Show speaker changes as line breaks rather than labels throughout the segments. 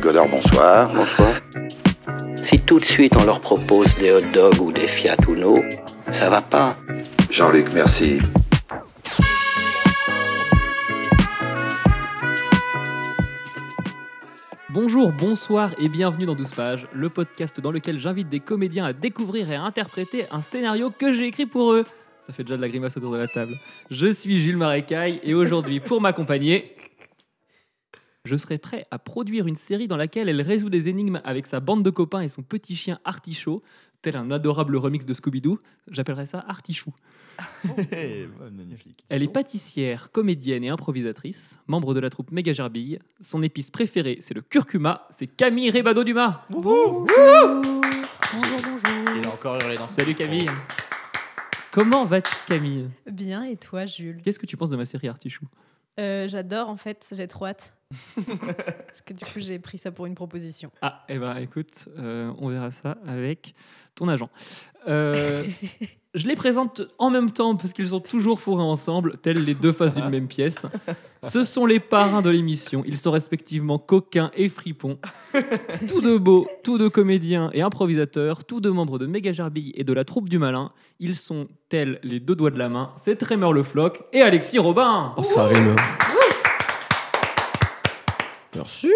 Godard, bonsoir.
Bonsoir.
Si tout de suite on leur propose des hot dogs ou des Fiat Uno, ça va pas.
Jean-Luc, merci.
Bonjour, bonsoir et bienvenue dans 12 pages, le podcast dans lequel j'invite des comédiens à découvrir et à interpréter un scénario que j'ai écrit pour eux. Ça fait déjà de la grimace autour de la table. Je suis Gilles Marécaille et aujourd'hui, pour m'accompagner, je serais prêt à produire une série dans laquelle elle résout des énigmes avec sa bande de copains et son petit chien Artichaut, tel un adorable remix de Scooby-Doo. J'appellerais ça Artichou.
Magnifique.
Elle est pâtissière, comédienne et improvisatrice, membre de la troupe Méga Gerbille. Son épice préférée, c'est le curcuma. C'est Camille Ribado-Dumas.
Bonjour, bonjour.
Il a encore hurlé dans ce
Salut
micro.
Camille. Comment vas-tu Camille
Bien, et toi, Jules
Qu'est-ce que tu penses de ma série Artichou
Euh, J'adore, en fait, j'ai trop hâte. Parce que du coup, j'ai pris ça pour une proposition.
Ah, eh ben écoute, euh, on verra ça avec ton agent. Euh, je les présente en même temps parce qu'ils sont toujours fourrés ensemble, tels les deux faces d'une même pièce. Ce sont les parrains de l'émission. Ils sont respectivement coquins et fripons. Tous deux beaux, tous deux comédiens et improvisateurs, tous deux membres de Méga Gerbille et de la troupe du Malin. Ils sont tels les deux doigts de la main. C'est Trémor le Floc et Alexis Robin.
Oh, ça rime. Merci.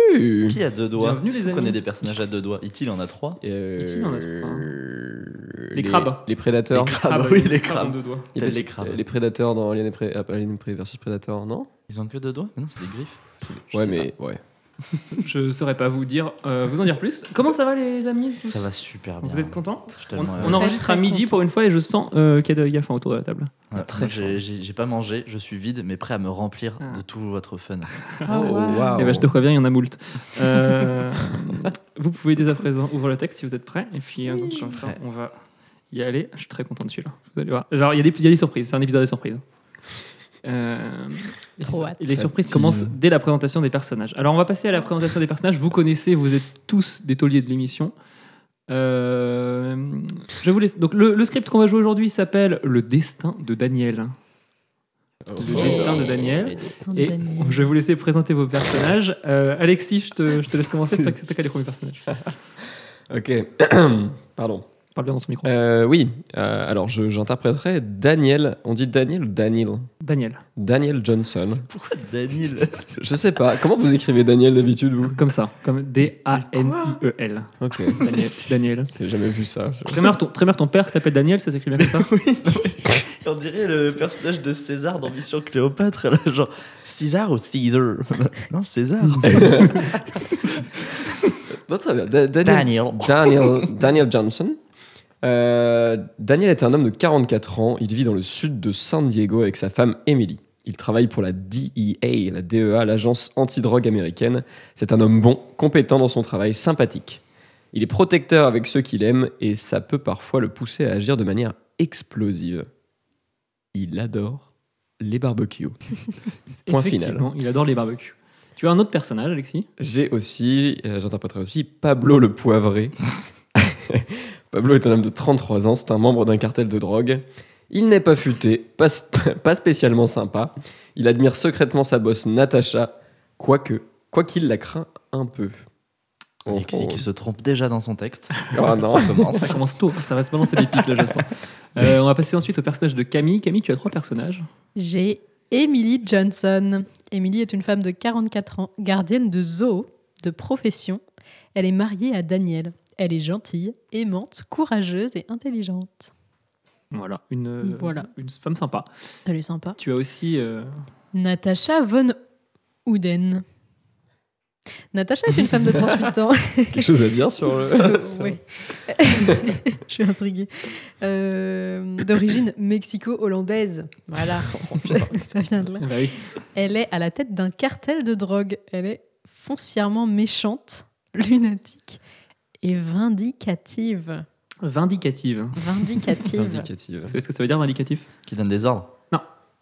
Qui a deux doigts
Bienvenue,
Est-ce
les
qu'on
amis.
connaît des personnages à deux doigts. It-il en a trois
Euh,
Est-il en a trois, hein
euh,
Les crabes.
Les prédateurs.
Ah
Les
bah
crabes, Ah bah oui, les crabes.
de doigts.
Il y a
Tels
pas-
les crabes.
Les prédateurs dans Alien, et Pré- ah, pas Alien Pré- versus Predator, non
Ils ont que deux doigts Mais non, c'est des griffes. Je
Ouais,
sais
mais ouais.
Je saurais pas vous dire, euh, vous en dire plus. Comment ça va les amis
pas. Ça va super bien.
Vous êtes contents
Je suis
on,
tellement-
on
en-
enregistre à
Très
midi
content.
pour une fois et je sens euh, qu'il y a de la faim autour de la table.
Ouais, moi,
Ah, très
j'ai- J'ai j'ai pas mangé, je suis vide, mais prêt à me remplir
Ah.
de tout votre fun.
Oh, wow.
wow.
Eh ben, je te préviens, il y en a moult. Euh, vous pouvez dès à présent ouvrir le texte si vous êtes prêts. Et puis, euh, donc, comme ça, on va y aller. Je suis très content de celui-là. Vous allez voir. Genre, il y, a des- il y a des surprises. C'est un épisode des surprises. Euh, et
Trop
ça-
hâte.
et les surprises commencent dès la présentation des personnages. Alors, on va passer à la présentation des personnages. Vous connaissez, vous êtes tous des tauliers de l'émission. Euh, je vous laisse. Donc, le, le script qu'on va jouer aujourd'hui s'appelle Le destin de Daniel. Le
Oh.
destin de Daniel.
Le destin de
Et
Daniel.
je vais vous laisser présenter vos personnages. Euh, Alexis, je te, je te laisse commencer. C'est toi c'est toi qui as les premiers personnages.
Ok. Pardon.
Parle bien dans son micro.
Euh, oui. euh, alors, je- j'interpréterai Daniel. On dit Daniel ou Daniel
Daniel,
Daniel Johnson.
Pourquoi Daniel
Je sais pas. Comment vous écrivez Daniel d'habitude, vous
comme ça, comme D-A-N-I-E-L.
Ok.
E Daniel. Daniel.
J'ai jamais vu ça.
Trémeur, ton, Trémeur, ton père s'appelle Daniel, ça s'écrit bien comme ça
On dirait le personnage de César dans Mission Cléopâtre, là, genre César ou Caesar Non, César.
Eh, Non, très bien. Da- Daniel, Daniel, Daniel Johnson. Euh, Daniel est un homme de 44 ans. Il vit dans le sud de San Diego avec sa femme Emily. Il travaille pour la DEA, la DEA, l'agence antidrogue américaine. C'est un homme bon, compétent dans son travail, sympathique. Il est protecteur avec ceux qu'il aime et ça peut parfois le pousser à agir de manière explosive. Il adore les barbecues. Point
Effectivement, il adore les barbecues. Tu as un autre personnage, Alexis
J'ai aussi, euh, j'interpréterai aussi Pablo le Poivré. Pablo est un homme de 33 ans, c'est un membre d'un cartel de drogue. Il n'est pas futé, pas, s- pas spécialement sympa. Il admire secrètement sa bosse Natacha, quoique, quoi qu'il la craint un peu. On-
Alexis
on-
qui se trompe déjà dans son texte.
Ah non.
Ça commence.
Ça commence tôt, ça va se balancer des pics là, je sens. Euh, on va passer ensuite au personnage de Camille. Camille, tu as trois personnages.
J'ai Emily Johnson. Emily est une femme de 44 ans, gardienne de zoo, de profession. Elle est mariée à Daniel. Elle est gentille, aimante, courageuse et intelligente.
Voilà, une, euh,
Voilà.
une femme sympa.
Elle est sympa.
Tu as aussi. euh,
Natacha von Ouden. Natacha est une femme de 38 ans.
Quelque chose à dire sur le. sur-
oui. Je suis intriguée. Euh, D'origine mexico-hollandaise. Voilà. Ça vient de là.
bah oui.
Elle est à la tête d'un cartel de drogue. Elle est foncièrement méchante, lunatique et vindicative.
Vindicative.
Vindicative.
Vindicative.
Vous savez ce que ça veut dire, vindicatif
Qui donne des ordres.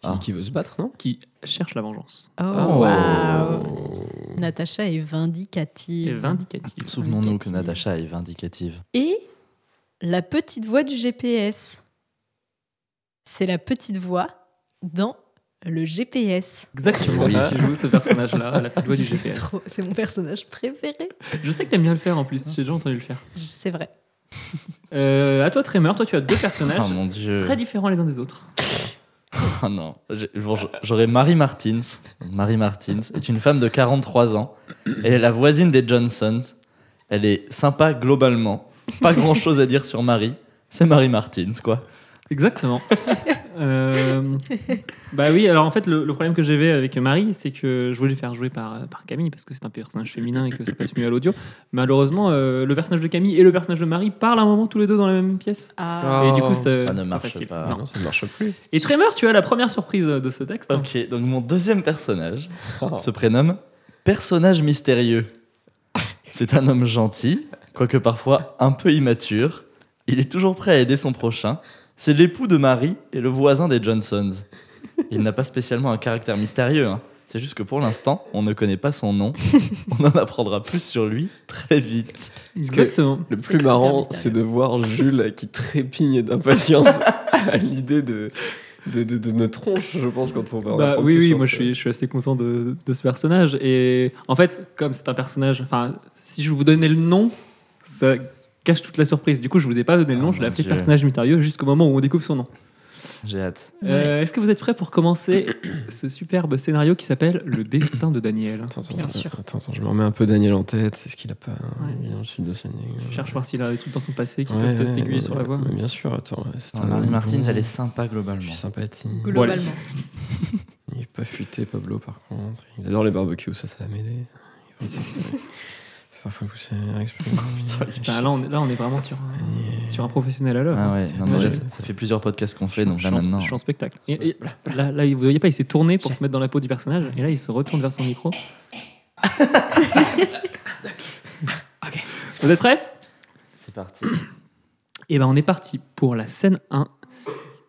Ah.
Qui veut se battre, non
Qui cherche la vengeance.
Oh, waouh. Natacha est vindicative.
Et vindicative.
Souvenons-nous que
Vindicative.
Natacha est vindicative.
Et la petite voix du GPS. C'est la petite voix dans le GPS.
Exactement.
Oui.
Tu joues ce personnage-là, la petite voix du
J'aime
GPS.
trop, C'est mon personnage préféré.
Je sais que t'aimes bien le faire en plus. J'ai déjà entendu le faire.
C'est vrai.
Euh, à toi, Tremor. Toi, tu as deux personnages
Oh mon dieu.
très différents les uns des autres.
Ah non. J'ai- bon, je- J'aurais Marie Martins. Marie Martins est une femme de 43 ans. Elle est la voisine des Johnsons. Elle est sympa globalement. Pas grand chose à dire sur Marie. C'est Marie Martins, quoi.
Exactement. Euh, bah oui, alors en fait, le, le problème que j'avais avec Marie, c'est que je voulais le faire jouer par, euh, par Camille, parce que c'est un personnage féminin et que ça passe mieux à l'audio. Malheureusement, euh, le personnage de Camille et le personnage de Marie parlent à un moment tous les deux dans la même pièce.
Ah,
et du coup, ça,
Oh, ça ne
pas
marche
facile.
pas.
Non.
Non, ça ne marche plus.
Et Tremor, tu as la première surprise de ce texte. hein.
Ok, donc mon deuxième personnage
Oh.
se prénomme Personnage mystérieux. C'est un homme gentil, quoique parfois un peu immature. Il est toujours prêt à aider son prochain. C'est l'époux de Marie et le voisin des Johnsons. Il n'a pas spécialement un caractère mystérieux. hein. C'est juste que pour l'instant, on ne connaît pas son nom. On en apprendra plus sur lui très vite.
que-
Exactement.
Le
C'est
plus
hyper
marrant,
mystérieux.
c'est de voir Jules qui trépigne d'impatience à l'idée de, de, de, de notre tronche, je pense, quand on va. en
Bah,
apprendre
oui,
plus
oui,
sur
moi
ce-
je suis, je suis assez content de, de ce personnage. Et en fait, comme c'est un personnage, enfin, si je vous donnais le nom, ça cache toute la surprise. Du coup, je vous ai pas donné le
Ah,
nom, je l'ai
mon
appelé
Dieu.
personnage mystérieux jusqu'au moment où on découvre son nom.
J'ai hâte.
Euh, Est-ce que vous êtes prêts pour commencer ce superbe scénario qui s'appelle Le destin de Daniel
Attends, attends,
Bien
attends,
sûr.
Attends, attends, je me remets un peu Daniel en tête. C'est ce qu'il a pas. hein,
Ouais.
Il est dans le sud de Seine.
Je cherche voir s'il a des trucs dans son passé qui
Ouais,
peuvent
ouais,
peut-être t'aiguiller
ouais,
sur la
ouais,
voie.
mais Bien sûr, attends. ouais, c'est un
Marie
bon-
Ah, Martins, elle est sympa
Je
globalement.
suis sympathie.
globalement.
Il est pas futé, Pablo, par contre. Il adore les barbecues, ça, ça va m'aider. Il va s'exprimer. Parfois pousser, exprimer.
Putain, là, on est, là, on est vraiment sur un, sur un professionnel à l'œuvre.
Ah ouais, non,
Moi,
mais
j'ai-
ça, ça fait plusieurs podcasts qu'on fait, donc
je,
là
suis en,
maintenant. euh,
je suis en spectacle. Et- et là, là, vous voyez pas, il s'est tourné pour se mettre dans la peau du personnage, et là, il se retourne vers son micro. Ok. Vous êtes prêts
C'est parti.
Et ben on est parti pour la scène 1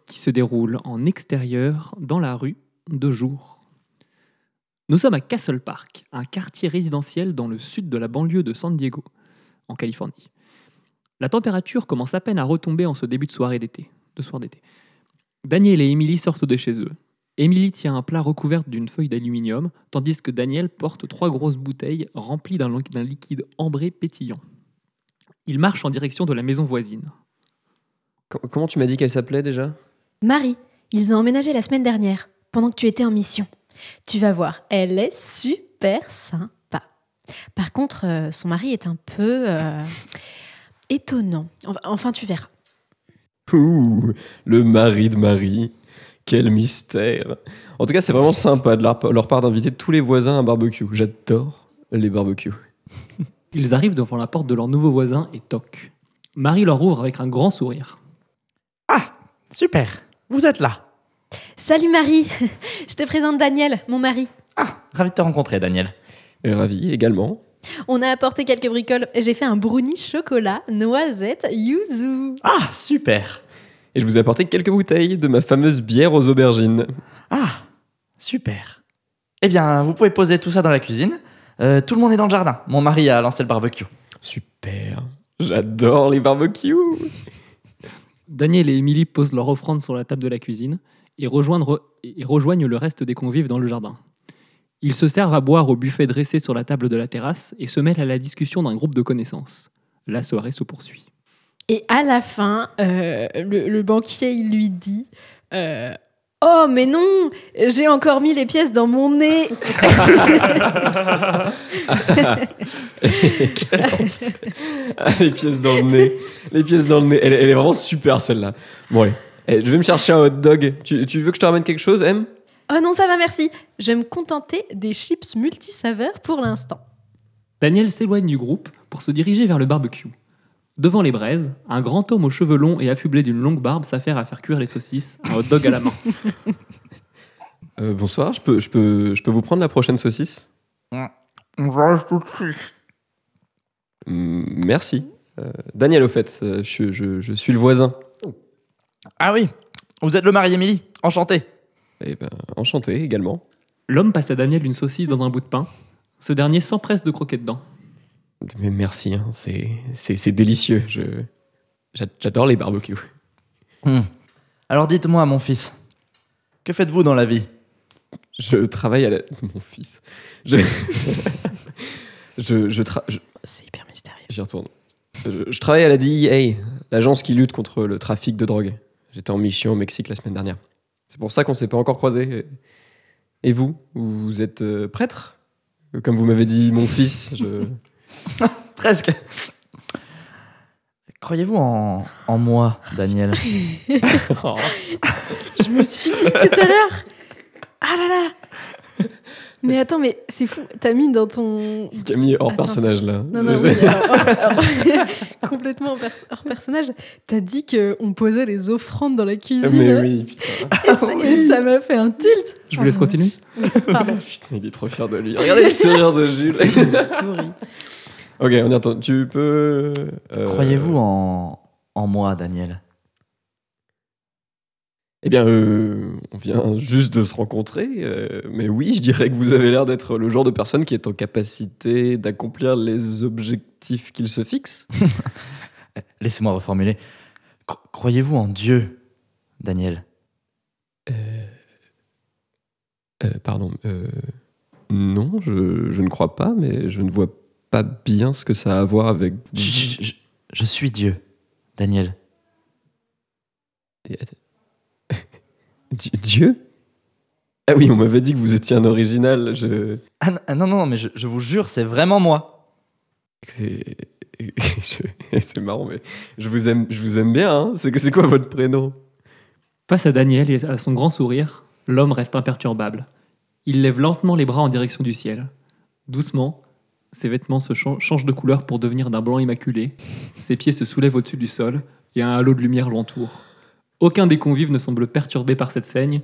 qui se déroule en extérieur dans la rue de jour. Nous sommes à Castle Park, un quartier résidentiel dans le sud de la banlieue de San Diego, en Californie. La température commence à peine à retomber en ce début de soirée d'été, de soir d'été. Daniel et Emily sortent de chez eux. Emily tient un plat recouvert d'une feuille d'aluminium, tandis que Daniel porte trois grosses bouteilles remplies d'un d'un liquide ambré pétillant. Il marche en direction de la maison voisine.
Com- Comment tu m'as dit qu'elle s'appelait déjà
Marie, ils ont emménagé la semaine dernière, pendant que tu étais en mission. Tu vas voir, elle est super sympa. Par contre, euh, son mari est un peu euh, étonnant. Enfin, enfin, tu verras.
Ouh, le mari de Marie. Quel mystère. En tout cas, c'est vraiment sympa de leur, leur part d'inviter tous les voisins à un barbecue. J'adore les barbecues.
Ils arrivent devant la porte de leur nouveau voisin et toquent. Marie leur ouvre avec un grand sourire.
Super, vous êtes là.
Salut Marie, je te présente Daniel, mon mari.
Ah, Ravi de te rencontrer, Daniel.
Et ravi également.
On a apporté quelques bricoles. J'ai fait un brownie chocolat, noisette, yuzu.
Ah, super.
Et je vous ai apporté quelques bouteilles de ma fameuse bière aux aubergines.
Ah, super. Eh bien, vous pouvez poser tout ça dans la cuisine. Euh, tout le monde est dans le jardin. Mon mari a lancé le barbecue.
Super. J'adore les barbecues.
Daniel et Émilie posent leur offrande sur la table de la cuisine et rejoignent, et rejoignent le reste des convives dans le jardin. Ils se servent à boire au buffet dressé sur la table de la terrasse et se mêlent à la discussion d'un groupe de connaissances. La soirée se poursuit.
Et à la fin, euh, le, le banquier, il lui dit euh, Oh, mais non J'ai encore mis les pièces dans mon nez
Ah, les pièces dans le nez. Les pièces dans le nez. Elle, elle est vraiment super celle-là. Bon allez. Eh, je vais me chercher un hot dog. Tu, tu veux que je te ramène quelque chose, M
Oh non, ça va, merci Je vais me contenter des chips multisaveurs pour l'instant.
Daniel s'éloigne du groupe pour se diriger vers le barbecue. Devant les braises, un grand homme aux cheveux longs et affublé d'une longue barbe s'affaire à faire cuire les saucisses, un hot dog à la main.
Euh, Bonsoir, je peux, je, peux, je peux vous prendre la prochaine saucisse
On va tout de suite.
Mm, Merci. Euh, Daniel, au fait, euh, je, je- je suis le voisin.
Ah oui, vous êtes le mari, Émilie. Enchanté.
Eh ben, enchanté également.
L'homme passe à Daniel une saucisse dans un bout de pain. Ce dernier s'empresse de croquer dedans.
Mais merci, hein, c'est- c'est c'est délicieux. Je- j'a- J'adore les barbecues.
Alors dites-moi, mon fils, que faites-vous dans la vie
Je travaille à la. Mon fils. Je. je, je, tra- je-
C'est hyper mystérieux.
J'y retourne. Je, je travaille à la DEA, l'agence qui lutte contre le trafic de drogue. J'étais en mission au Mexique la semaine dernière. C'est pour ça qu'on s'est pas encore croisés. Et et vous Vous êtes euh, prêtre Comme vous m'avez dit, mon fils. Je...
Presque. Croyez-vous en, en moi, Daniel
Oh.
Je me suis dit tout à l'heure. Ah là là. Mais attends, mais c'est fou. T'as mis dans ton.
Camille est hors
Attends,
personnage là.
Non, non,
Je-
oui, alors, hors- hors- complètement hors pers- hors personnage. T'as dit qu'on posait les offrandes dans la cuisine.
Mais oui, putain.
Et ça- et ça m'a fait un tilt.
Je vous laisse
Ah,
continuer.
Pardon,
Putain, il est trop fier de lui. Regardez le sourire de Jules.
souris.
ok, on y retourne. Tu peux. euh,
Croyez-vous en, en moi, Daniel
Eh bien, euh, on vient juste de se rencontrer, euh, mais oui, je dirais que vous avez l'air d'être le genre de personne qui est en capacité d'accomplir les objectifs qu'il se fixe.
Laissez-moi reformuler. Cro- Croyez-vous en Dieu, Daniel
Euh, pardon, euh, non, je, ne crois pas, mais je ne vois pas bien ce que ça a à voir avec.
je, je- je- je suis Dieu, Daniel.
Dieu Ah oui, on m'avait dit que vous étiez un original. Je.
Ah n- ah non, non, non, mais je, je vous jure, c'est vraiment moi.
C'est je- c'est marrant, mais je vous aime, je vous aime bien. hein. C'est que c'est quoi votre prénom
Face à Daniel et à son grand sourire, l'homme reste imperturbable. Il lève lentement les bras en direction du ciel. Doucement, ses vêtements se chan- changent de couleur pour devenir d'un blanc immaculé. Ses pieds se soulèvent au-dessus du sol et un halo de lumière l'entoure. Aucun des convives ne semble perturbé par cette scène,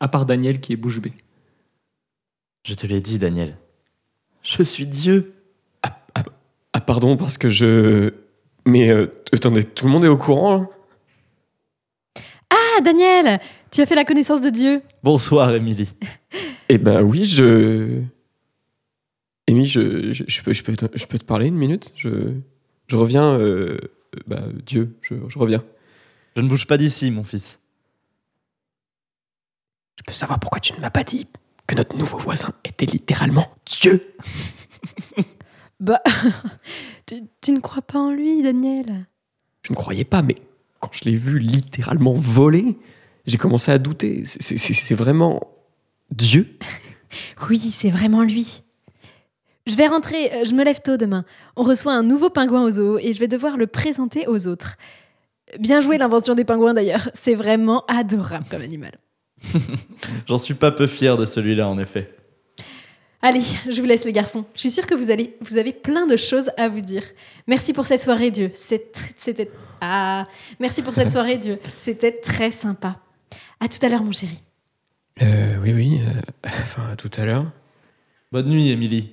à part Daniel qui est bouche bée.
Je te l'ai dit, Daniel. Je suis Dieu.
Ah pardon, parce que je. Mais euh, attendez, tout le monde est au courant. hein? là
Ah, Daniel, tu as fait la connaissance de Dieu.
Bonsoir, Émilie.
Eh ben oui, je. Émi, je, je, je peux, je, peux te, je peux te parler une minute Je, je reviens. euh, bah, Dieu, je, je reviens.
Je ne bouge pas d'ici, mon fils.
Je peux savoir pourquoi tu ne m'as pas dit que notre nouveau voisin était littéralement Dieu
Bah, tu, tu ne crois pas en lui, Daniel.
Je ne croyais pas, mais quand je l'ai vu littéralement voler, j'ai commencé à douter. C'est- c'est- C'est c'est vraiment. Dieu
Oui, c'est vraiment lui. Je vais rentrer, euh, je me lève tôt demain. On reçoit un nouveau pingouin au zoo et je vais devoir le présenter aux autres. Bien joué l'invention des pingouins d'ailleurs, c'est vraiment adorable comme animal.
J'en suis pas peu fier de celui-là, en effet.
Allez, je vous laisse les garçons. Je suis sûre que vous, allez, vous avez plein de choses à vous dire. Merci pour cette soirée, Dieu. C'est tr- C'était... Ah, merci pour cette soirée, Dieu. C'était très sympa. À tout à l'heure, mon chéri.
Euh, Oui, oui. enfin, tout à l'heure.
Bonne nuit, Émilie.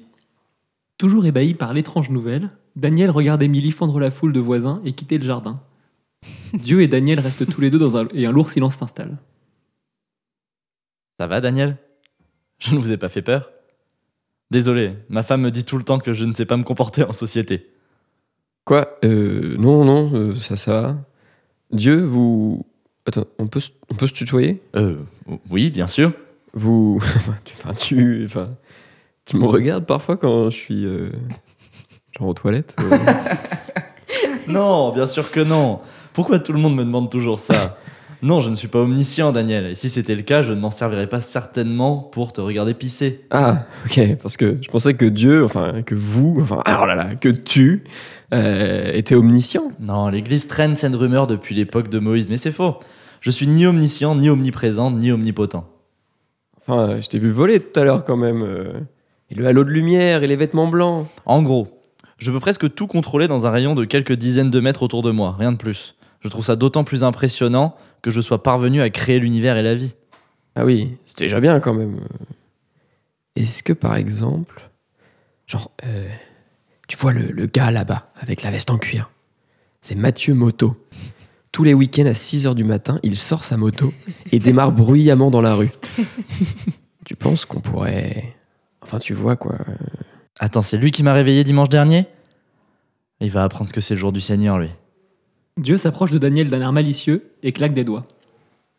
Toujours ébahi par l'étrange nouvelle, Daniel regarde Émilie fendre la foule de voisins et quitter le jardin. Dieu et Daniel restent tous les deux dans un, et un lourd silence s'installe.
Ça va, Daniel Je ne vous ai pas fait peur Désolé, ma femme me dit tout le temps que je ne sais pas me comporter en société.
Quoi Euh, Non, non, euh, ça, ça va. Dieu, vous. Attends, on peut, se- on peut se tutoyer
Euh, oui, bien sûr.
Vous. Enfin, tu. Enfin, tu me regardes parfois quand je suis. euh, genre aux toilettes euh.
Non, bien sûr que non. Pourquoi tout le monde me demande toujours ça Non, je ne suis pas omniscient, Daniel. Et si c'était le cas, je ne m'en servirais pas certainement pour te regarder pisser.
Ah, ok, parce que je pensais que Dieu, enfin, que vous, enfin, alors là là, que tu euh, étais omniscient.
Non, l'Église traîne cette rumeur depuis l'époque de Moïse, mais c'est faux. Je suis ni omniscient, ni omniprésent, ni omnipotent.
Enfin, euh, je t'ai vu voler tout à l'heure quand même. euh. Et le halo de lumière et les vêtements blancs.
En gros, je peux presque tout contrôler dans un rayon de quelques dizaines de mètres autour de moi, rien de plus. Je trouve ça d'autant plus impressionnant que je sois parvenu à créer l'univers et la vie.
Ah oui, c'est déjà bien quand même. euh. Est-ce que par exemple, genre, euh, tu vois le, le gars là-bas avec la veste en cuir C'est Mathieu Moto. Tous les week-ends à 6h du matin, il sort sa moto et démarre bruyamment dans la rue. tu penses qu'on pourrait... Enfin, tu vois quoi.
Attends, c'est lui qui m'a réveillé dimanche dernier Il va apprendre que c'est le jour du Seigneur, lui.
Dieu s'approche de Daniel d'un air malicieux et claque des doigts.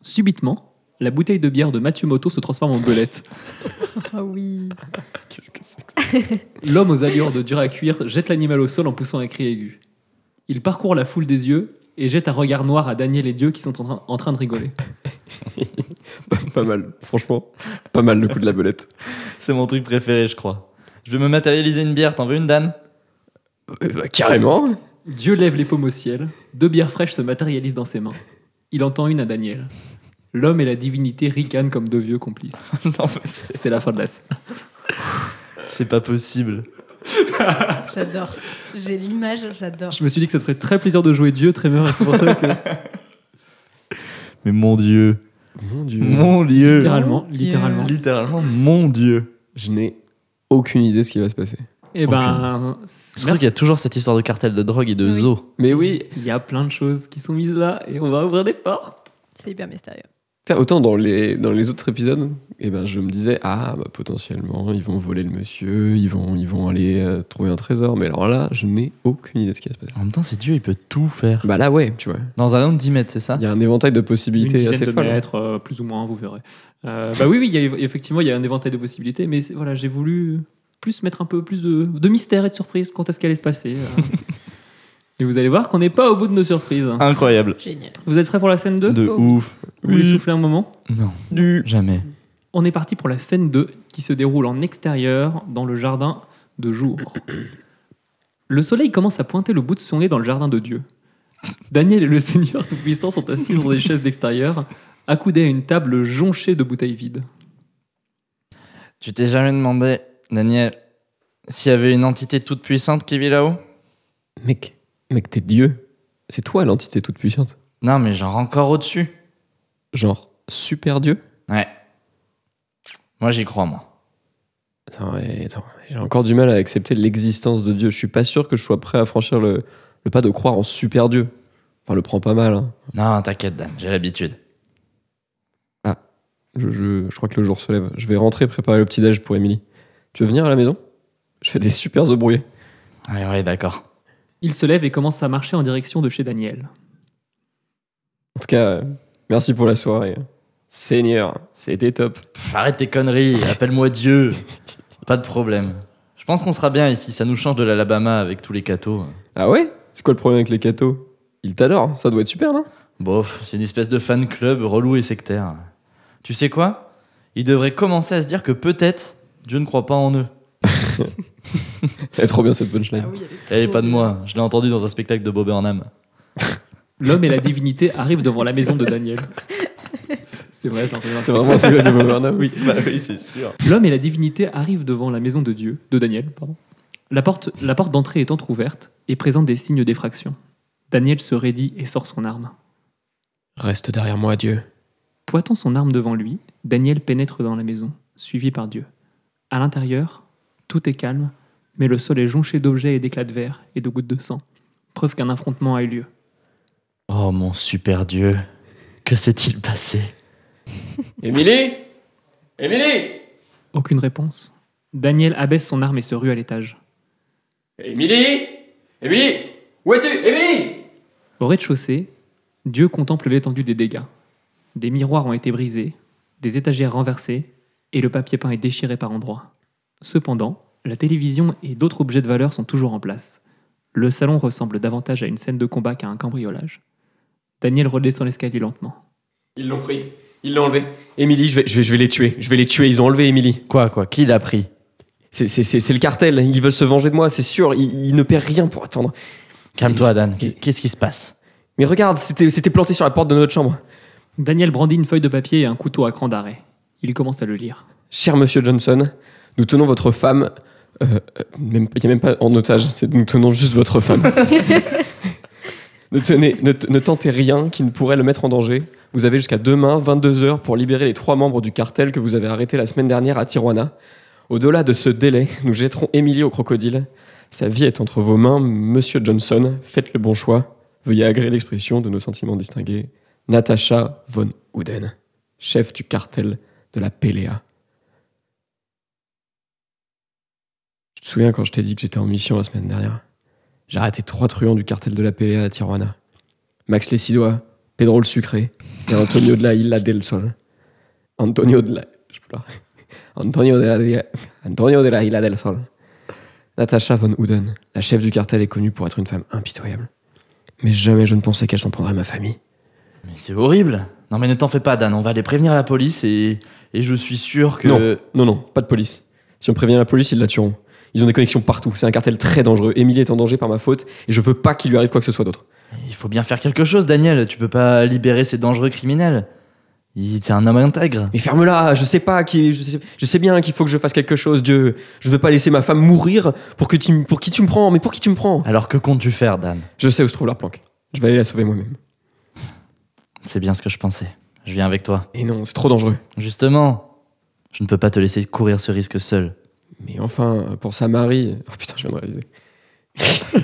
Subitement,
la bouteille de bière de Mathieu Moto se transforme en belette.
Ah oui.
Qu'est-ce que c'est que
L'homme aux allures de dur à cuire jette l'animal au sol en poussant un cri aigu. Il parcourt la foule des yeux et jette un regard noir à Daniel et Dieu qui sont en train, en train de rigoler.
ça Pas mal, franchement, pas mal le coup de la belette.
C'est mon truc préféré, je crois. Je vais me matérialiser une bière, t'en veux une, Dan
Euh, bah, carrément.
Dieu lève les paumes au ciel, deux bières fraîches se matérialisent dans ses mains. Il entend une à Daniel. L'homme et la divinité ricanent comme deux vieux complices.
Non, mais c'est-
C'est la fin de la scène.
c'est pas possible.
J'adore. J'ai l'image, j'adore.
Je me suis dit que ça te ferait très plaisir de jouer Dieu, Tremor, et c'est pour ça que
Mais mon Dieu,
Mon dieu.
mon Dieu,
littéralement,
Dieu.
littéralement.
littéralement mon Dieu.
Je n'ai aucune idée de ce qui va se passer.
Eh ben,
Surtout qu'il y a toujours cette histoire de cartel de drogue et de
Oui.
zoo.
Mais oui,
il y a plein de choses qui sont mises là et on va ouvrir des portes.
C'est hyper mystérieux.
Putain, Autant dans les, dans les autres épisodes, eh ben, je me disais, ah, bah, potentiellement, ils vont voler le monsieur, ils vont, ils vont aller euh, trouver un trésor. Mais alors là, je n'ai aucune idée de ce qui va se passer.
En même temps, c'est Dieu, il peut tout faire.
Bah là, ouais, tu vois.
Dans un rayon de 10 mètres, c'est ça
Il y a un éventail de
Une
possibilités
dizaine
assez hein.
de
folle.
mètres, euh, plus ou moins, vous verrez. Euh, bah oui, oui, il y a, effectivement, il y a un éventail de possibilités, mais c'est- voilà, j'ai voulu plus mettre un peu plus de, de mystère et de surprise quant à ce qui allait se passer. euh. et vous allez voir qu'on n'est pas au bout de nos surprises.
Ah.
Incroyable.
Génial.
Vous êtes prêts pour la scène 2
De
Oh.
ouf.
Vous voulez souffler un moment
Non. Jamais.
On est parti pour la scène 2 qui se déroule en extérieur dans le jardin de jour. Le soleil commence à pointer le bout de son nez dans le jardin de Dieu. Daniel et le Seigneur Tout-Puissant sont assis sur des chaises d'extérieur, accoudés à une table jonchée de bouteilles vides.
Tu t'es jamais demandé, Daniel, s'il y avait une entité toute puissante qui vit là-haut
Mec, mec, t'es Dieu. C'est toi l'entité toute puissante.
Non, mais genre encore au-dessus.
Genre, super Dieu.
Ouais. Moi, j'y crois, moi.
Attends, mais attends, mais j'ai encore du mal à accepter l'existence de Dieu. Je suis pas sûr que je sois prêt à franchir le, le pas de croire en super Dieu. Enfin, le prends pas mal. hein.
Non, t'inquiète, Dan, j'ai l'habitude.
Je, je- je crois que le jour se lève. Je vais rentrer préparer le petit-déj pour Émilie. Tu veux venir à la maison Je fais des super œufs brouillés.
Ouais, ouais, d'accord.
Il se lève et commence à marcher en direction de chez Daniel.
En tout cas, euh, merci pour la soirée. Seigneur, c'était top.
Pff, Arrête tes conneries, appelle-moi Dieu. Pas de problème. Je pense qu'on sera bien ici, ça nous change de l'Alabama avec tous les cathos.
Ah ouais C'est quoi le problème avec les cathos Ils t'adorent, ça doit être super, non
Bof, c'est une espèce de fan club relou et sectaire. Tu sais quoi Ils devraient commencer à se dire que peut-être Dieu ne croit pas en eux.
Elle est trop bien cette punchline.
Ah oui, elle est,
Elle est
trop
Eh, pas de
bien.
moi, je l'ai entendu dans un spectacle de Bob Burnham.
L'homme et la divinité arrivent devant la maison de Daniel. C'est vrai, je l'ai entendu dans un
C'est vraiment celui de Bobernam, oui.
Bah oui, c'est sûr.
L'homme et la divinité arrivent devant la maison de Dieu, de Daniel. Pardon. La porte, la porte d'entrée est entr'ouverte et présente des signes d'effraction. Daniel se raidit et sort son arme.
Reste derrière moi, Dieu.
Pointant son arme devant lui, Daniel pénètre dans la maison, suivi par Dieu. À l'intérieur, tout est calme, mais le sol est jonché d'objets et d'éclats de verre et de gouttes de sang, preuve qu'un affrontement a eu lieu.
Oh mon super Dieu, que s'est-il passé
Émilie Émilie
Aucune réponse. Daniel abaisse son arme et se rue à l'étage.
Émilie Émilie Où es-tu Émilie
Au rez-de-chaussée, Dieu contemple l'étendue des dégâts. Des miroirs ont été brisés, des étagères renversées, et le papier peint est déchiré par endroits. Cependant, la télévision et d'autres objets de valeur sont toujours en place. Le salon ressemble davantage à une scène de combat qu'à un cambriolage. Daniel redescend l'escalier lentement.
Ils l'ont pris. Ils l'ont enlevé. Émilie, je vais, je, vais, je vais les tuer. Je vais les tuer. Ils ont enlevé Émilie.
Quoi, quoi Qui l'a pris
C'est- C'est c'est- c'est le cartel. hein. Ils veulent se venger de moi, c'est sûr. Ils, ils ne paient rien pour attendre.
Calme-toi, Dan, qu'est-ce qui se passe
Mais regarde, c'était c'était planté sur la porte de notre chambre.
Daniel brandit une feuille de papier et un couteau à cran d'arrêt. Il commence à le lire.
Cher monsieur Johnson, nous tenons votre femme. euh, euh, même- Il n'y a même pas en otage, c'est nous tenons juste votre femme. ne, tenez, ne, t- ne tentez rien qui ne pourrait le mettre en danger. Vous avez jusqu'à demain, 22h, pour libérer les trois membres du cartel que vous avez arrêtés la semaine dernière à Tijuana. Au-delà de ce délai, nous jetterons Émilie au crocodile. Sa vie est entre vos mains, monsieur Johnson. Faites le bon choix. Veuillez agréer l'expression de nos sentiments distingués. Natasha von Houden, chef du cartel de la E Péléa. Tu te souviens quand je t'ai dit que j'étais en mission la semaine dernière J'ai arrêté trois truands du cartel de la Pelea à Tijuana. Max Lessidois, Pedro le Sucré et Antonio de la Isla del Sol. Antonio de la... je peux pas. Antonio de la... Antonio de la Isla del Sol. Natasha von Houden, la chef du cartel, est connue pour être une femme impitoyable. Mais jamais je ne pensais qu'elle s'en prendrait à ma famille.
Mais c'est horrible. Non, mais ne t'en fais pas, Dan. On va aller prévenir la police et, et je suis sûr que.
Non, non, non, pas de police. Si on prévient la police, ils la tueront. Ils ont des connexions partout. C'est un cartel très dangereux. Émilie est en danger par ma faute et je veux pas qu'il lui arrive quoi que ce soit d'autre.
Il faut bien faire quelque chose, Daniel. Tu peux pas libérer ces dangereux criminels. Il t'es un homme intègre.
Mais ferme-la, je sais pas qui, je sais, je sais bien qu'il faut que je fasse quelque chose, Dieu. Je veux pas laisser ma femme mourir pour que tu, m- pour qui tu me prends, mais pour qui tu me prends
Alors que comptes-tu faire, Dan
Je sais où se trouve leur planque. Je vais aller la sauver moi-même.
C'est bien ce que je pensais. Je viens avec toi.
Et non, c'est trop dangereux.
Justement, je ne peux pas te laisser courir ce risque seul.
Mais enfin, pour sa Marie. Oh putain, je viens de réaliser.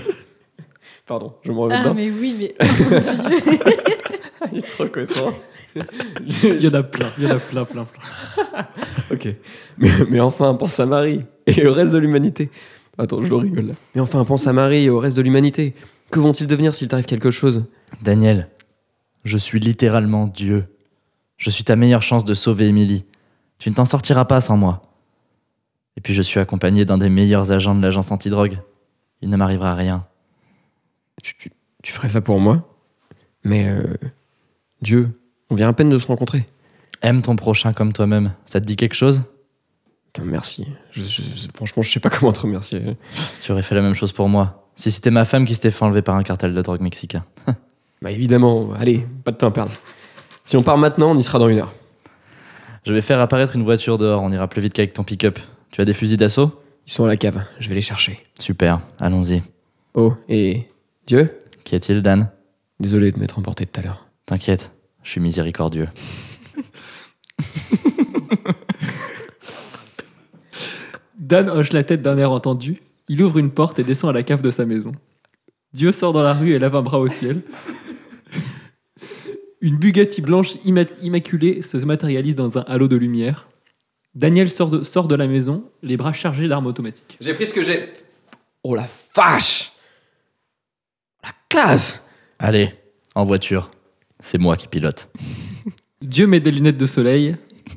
Pardon, je me remets
Ah,
dedans.
mais oui, mais. oh mon Dieu.
Il est trop content.
Il y en a plein, il y en a plein, plein, plein.
Ok. Mais, mais enfin, pense à Marie et au reste de l'humanité. Attends, je le rigole là. Mais enfin, pense à Marie et au reste de l'humanité. Que vont-ils devenir s'il t'arrive quelque chose
Daniel, je suis littéralement Dieu. Je suis ta meilleure chance de sauver Emily. Tu ne t'en sortiras pas sans moi. Et puis je suis accompagné d'un des meilleurs agents de l'agence antidrogue. Il ne m'arrivera rien.
tu, tu- tu ferais ça pour moi Mais euh, Dieu, on vient à peine de se rencontrer.
Aime ton prochain comme toi-même. Ça te dit quelque chose
Putain, merci. Je- je- je- franchement, je sais pas comment te remercier.
Tu aurais fait la même chose pour moi. Si c'était ma femme qui s'était fait enlever par un cartel de drogue mexicain.
Bah évidemment, allez, pas de temps à perdre. Si on part maintenant, on y sera dans une heure.
Je vais faire apparaître une voiture dehors, on ira plus vite qu'avec ton pick-up. Tu as des fusils d'assaut
Ils sont à la cave, je vais les chercher.
Super, allons-y.
Oh, et Dieu
Qu'y a-t-il, Dan
Désolé de m'être emporté tout à l'heure.
T'inquiète, je suis miséricordieux.
Dan hoche la tête d'un air entendu. Il ouvre une porte et descend à la cave de sa maison. Dieu sort dans la rue et lave un bras au ciel. Une Bugatti blanche imma- immaculée se matérialise dans un halo de lumière. Daniel sort de, sort de la maison, les bras chargés d'armes automatiques.
J'ai pris ce que j'ai. Oh la vache La classe
Allez, en voiture. C'est moi qui pilote.
Dieu met des lunettes de soleil,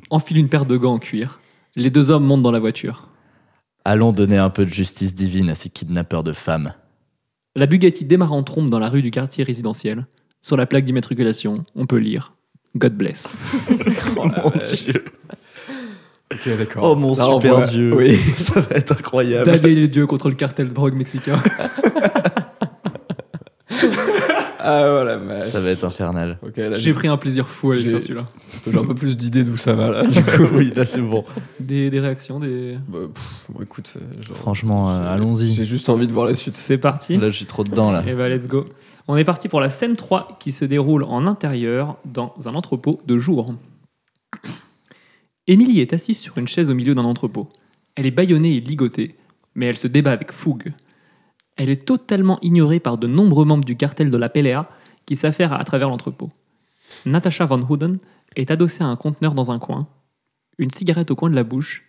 enfile une paire de gants en cuir. Les deux hommes montent dans la voiture.
Allons donner un peu de justice divine à ces kidnappeurs de femmes.
La Bugatti démarre en trombe dans la rue du quartier résidentiel. Sur la plaque d'immatriculation, on peut lire God bless.
Ok, d'accord.
Oh, mon
Là, on
super
voit-
Dieu.
Bah, Oui.
Ça va être incroyable.
Daniel et Dieu contre le cartel de drogue mexicain.
Ah, voilà, vache.
Ça va être infernal.
Ok, là,
J'ai pris un plaisir fou à les
J'ai-
faire celui-là.
j'ai un peu plus d'idées d'où ça va, là.
oui, là c'est bon.
Des, des réactions, des.
Bah, pff, bon, écoute, euh, genre,
Franchement, euh,
j'ai-
allons-y.
J'ai juste envie de voir la suite.
C'est parti.
Là, je suis trop dedans là.
Et bah, let's go. On est parti pour la scène 3 qui se déroule en intérieur dans un entrepôt de jour. Émilie est assise sur une chaise au milieu d'un entrepôt. Elle est bâillonnée et ligotée, mais elle se débat avec fougue. Elle est totalement ignorée par de nombreux membres du cartel de la PLA qui s'affairent à travers l'entrepôt. Natasha Van Houden est adossée à un conteneur dans un coin, une cigarette au coin de la bouche.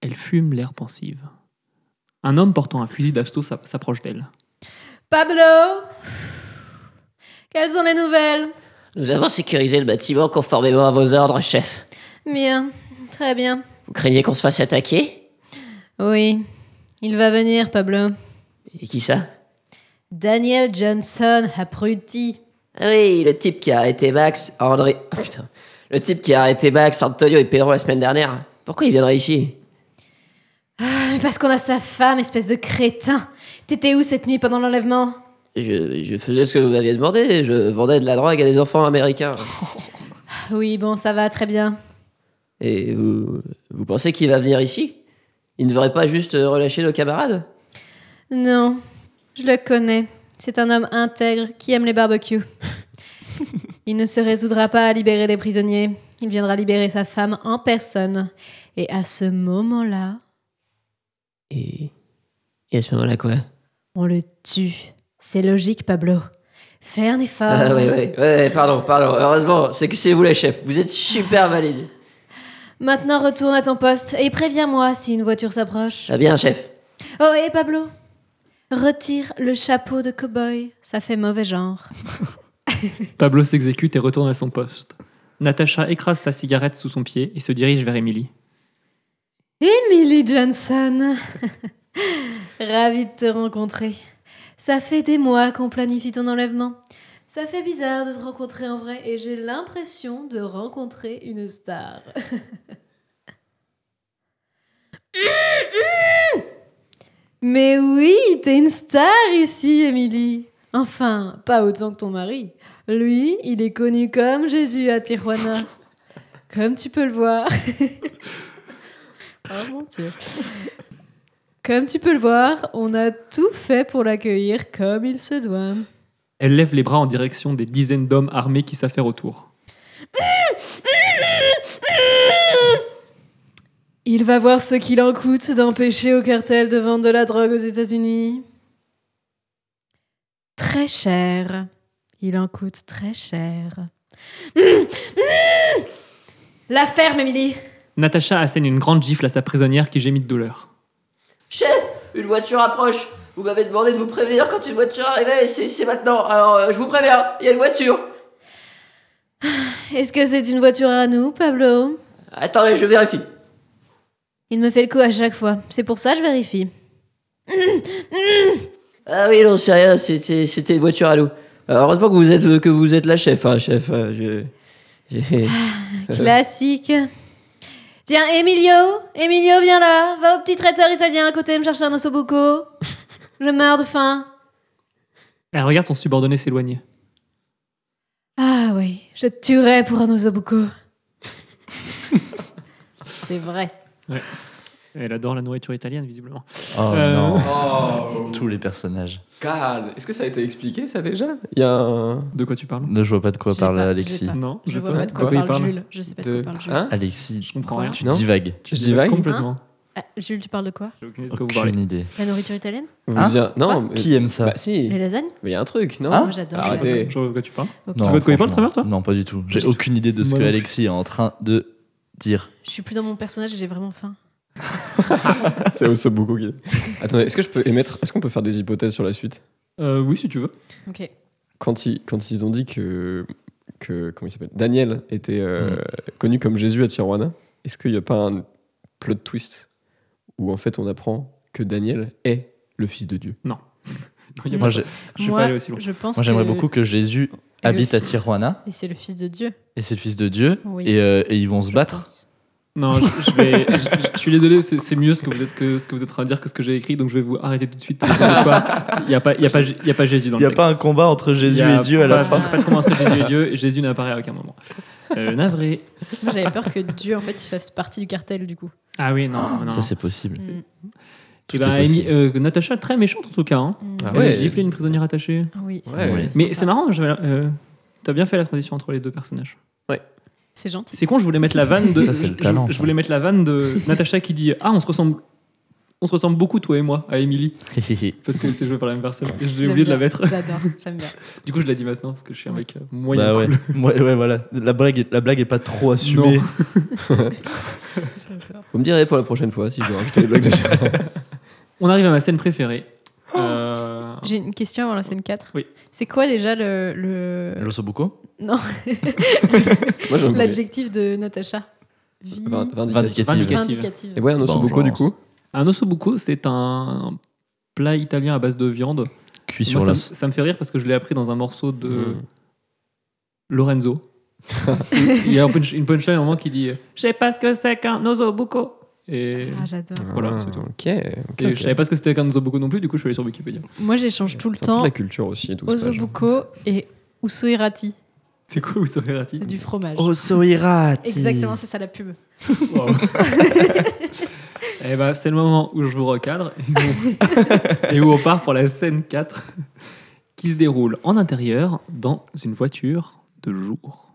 Elle fume l'air pensive. Un homme portant un fusil d'assaut s'a- s'approche d'elle.
Pablo Quelles sont les nouvelles
Nous avons sécurisé le bâtiment conformément à vos ordres, chef.
Bien, très bien.
Vous craignez qu'on se fasse attaquer
Oui, il va venir, Pablo.
Et qui ça
Daniel Johnson, apprenti.
Ah Oui, le type qui a arrêté Max, André. Oh, putain. Le type qui a arrêté Max, Antonio et Pedro la semaine dernière. Pourquoi il viendrait ici
Ah, mais parce qu'on a sa femme, espèce de crétin. T'étais où cette nuit pendant l'enlèvement
je, je faisais ce que vous m'aviez demandé. Je vendais de la drogue à des enfants américains.
Oui, bon, ça va, très bien.
Et vous, vous pensez qu'il va venir ici Il ne devrait pas juste euh, relâcher nos camarades
Non, je le connais. C'est un homme intègre qui aime les barbecues. Il ne se résoudra pas à libérer des prisonniers. Il viendra libérer sa femme en personne. Et à ce moment-là,
Et, et à ce moment-là, quoi
on le tue. C'est logique, Pablo. Fais un effort.
Ah, oui, oui, oui, pardon, pardon. Heureusement, c'est que c'est vous les chefs. Vous êtes super valide.
Maintenant, retourne à ton poste et préviens-moi si une voiture s'approche.
Ah bien, chef.
Oh, et Pablo, retire le chapeau de cow-boy. Ça fait mauvais genre.
Pablo s'exécute et retourne à son poste. Natacha écrase sa cigarette sous son pied et se dirige vers Emily.
Emily Johnson, ravie de te rencontrer. Ça fait des mois qu'on planifie ton enlèvement. Ça fait bizarre de te rencontrer en vrai et j'ai l'impression de rencontrer une star. Mais oui, t'es une star ici, Emily. Enfin, pas autant que ton mari. Lui, il est connu comme Jésus à Tijuana. Comme tu peux le voir. Oh mon Dieu. Comme tu peux le voir, on a tout fait pour l'accueillir comme il se doit.
Elle lève les bras en direction des dizaines d'hommes armés qui s'affairent autour.
Il va voir ce qu'il en coûte d'empêcher au cartel de vendre de la drogue aux États-Unis. Très cher. Il en coûte très cher. La ferme, Émilie.
Natacha assène une grande gifle à sa prisonnière qui gémit de douleur.
Chef, une voiture approche. Vous m'avez demandé de vous prévenir quand une voiture arrivait, c'est c'est maintenant. Alors, euh, je vous préviens, il y a une voiture.
Est-ce que c'est une voiture à nous, Pablo
Attendez, je vérifie.
Il me fait le coup à chaque fois. C'est pour ça que je vérifie.
Ah oui, non, c'est rien, c'était c'était une voiture à l'eau. Euh, heureusement que vous êtes, que vous êtes la chef, hein, chef. euh, je- j'ai-
Classique. Tiens, Emilio, Emilio, viens là. Va au petit traiteur italien à côté me chercher un osso buco. Je meurs de faim.
Elle regarde son subordonné s'éloigner.
Ah oui, je te tuerais pour un osso buco. C'est vrai.
Elle adore la nourriture italienne, visiblement.
Oh
Euh,
non.
Oh.
Tous les personnages.
God, est-ce que ça a été expliqué ça déjà Il y a un.
De quoi tu parles
Ne je vois pas de quoi
J'ai
parle
pas, j'ai
Alexis.
pas.
Non,
Ah, Je
sais
vois
pas.
pas de quoi
il
parle
parle.
Jules. Je sais pas de
de-
quoi parle Jules.
Hein
Alexis,
Je comprends rien.
tu
Non.
divagues.
Je divague
Complètement.
Ah, Jules, tu parles de quoi
J'ai aucune idée de quoi vous parlez.
Aucune idée.
La nourriture italienne
Vous
Hein
bien- Non, mais-
Qui aime ça
Bah si,
Les lasagnes
mais il y a un truc, non
Hein
Moi j'adore. je
Arrêtez.
l'adore.
Je vois de quoi tu parles.
Ok.
Non,
vois de quoi il parle,
franchement,
Travers, toi
Non, pas du tout. J'ai
Pas du
aucune idée de ce
Moi
que
non plus.
Alexis est en train de dire.
Je suis plus dans mon personnage et j'ai vraiment faim.
C'est aussi beaucoup qui. Attendez, est-ce que je peux émettre. Est-ce qu'on peut faire des hypothèses sur la suite
Euh, oui, si tu veux.
Ok.
quand ils, quand ils ont dit que, que comment il s'appelle Daniel était
Hmm.
euh, connu comme Jésus à Tijuana, est-ce qu'il n'y a pas un plot twist où en fait on apprend que Daniel est le fils de Dieu
Non, il y a
Moi,
pas
j'ai-
ça. Je vais
Moi,
pas aller aussi loin.
Je pense
moi, j'aimerais
que-
beaucoup que Jésus
le
habite à
fils-
Tijuana
Et c'est le fils de Dieu.
et c'est le fils de Dieu
Oui.
et, euh, et ils vont se
je
battre.
pense.
Non, je, je vais. Je, je suis désolé, c'est c'est mieux ce que vous êtes que ce que vous êtes en train de dire que ce que j'ai écrit, donc je vais vous arrêter tout de suite. parce que, n'est-ce pas, Il n'y a pas, il y a pas, il y a pas Jésus dans
Il n'y
le
a
texte.
pas un combat entre Jésus
Il y a
et Dieu à la
pas-
fin.
Pas de combat entre Jésus et Dieu. et Jésus n'apparaît à aucun moment. Euh, navré.
Moi, J'avais peur que Dieu en fait il fasse partie du cartel du coup.
Ah oui, non, non.
Ça, c'est possible.
Mm.
Tout
Eh ben,
est possible.
Amy- euh, Natacha, très méchante en tout cas. Hein.
Mm.
Ah
Elle
ouais.
a giflé une prisonnière attachée.
Ah Oui. c'est
Ouais.
vrai,
Mais c'est
sympa.
marrant, j'avais- euh, t'as bien fait la transition entre les deux personnages.
C'est gentil.
C'est con, je voulais mettre la vanne de.
Ça, c'est le
je-
talent,
Je,
ça.
voulais mettre la vanne de Natacha qui dit Ah, on se ressemble. On se ressemble beaucoup, toi et moi, à Emily,
Bah
parce que c'est joué par la même personne. Et J'ai
J'aime
oublié de la
bien.
mettre.
J'adore, j'aime bien.
Du coup, je la dis maintenant, parce que je suis un mec euh, moyen.
bah ouais.
cool.
ouais, ouais, voilà. La blague, est, la blague est pas trop assumée.
Non.
Vous me direz pour la prochaine fois si je dois rajouter des blagues de
On arrive à ma scène préférée. Euh,
Oh, J'ai une question avant la scène 4.
Oui.
C'est quoi déjà le. le...
L'ossobuco
Non,
Moi j'en voulais.
l'adjectif de Natacha. Vie.
Vin- Vindicatif.
Vindicative.
Vindicative.
Et ouais, un osso
Bon,
buco, du coup.
Un ossobuco, c'est un plat italien à base de viande.
Cuit
Moi,
sur
ça, me-
l'os.
ça me fait rire parce que je l'ai appris dans un morceau de
Mm.
Lorenzo. Il y a un punch- une punchline à un moment qui dit Je sais pas ce que c'est qu'un ossobuco. Et,
Ah, j'adore.
Voilà, c'est
ok.
tout.
ok,
et
Ah, ok.
je savais pas ce que c'était qu'un ossobuco non plus, du coup, je suis allé sur Wikipédia.
Moi, j'échange tout le
C'est un peu
temps
la culture aussi. et tout, c'est pas genre-
Ozobuco et Usuirati.
C'est quoi, vous savez, Rati
C'est du fromage.
Osoirati.
Exactement, c'est ça la pub.
Wow. et ben, c'est le moment où je vous recadre et où, et où on part pour la scène 4 qui se déroule en intérieur dans une voiture de jour.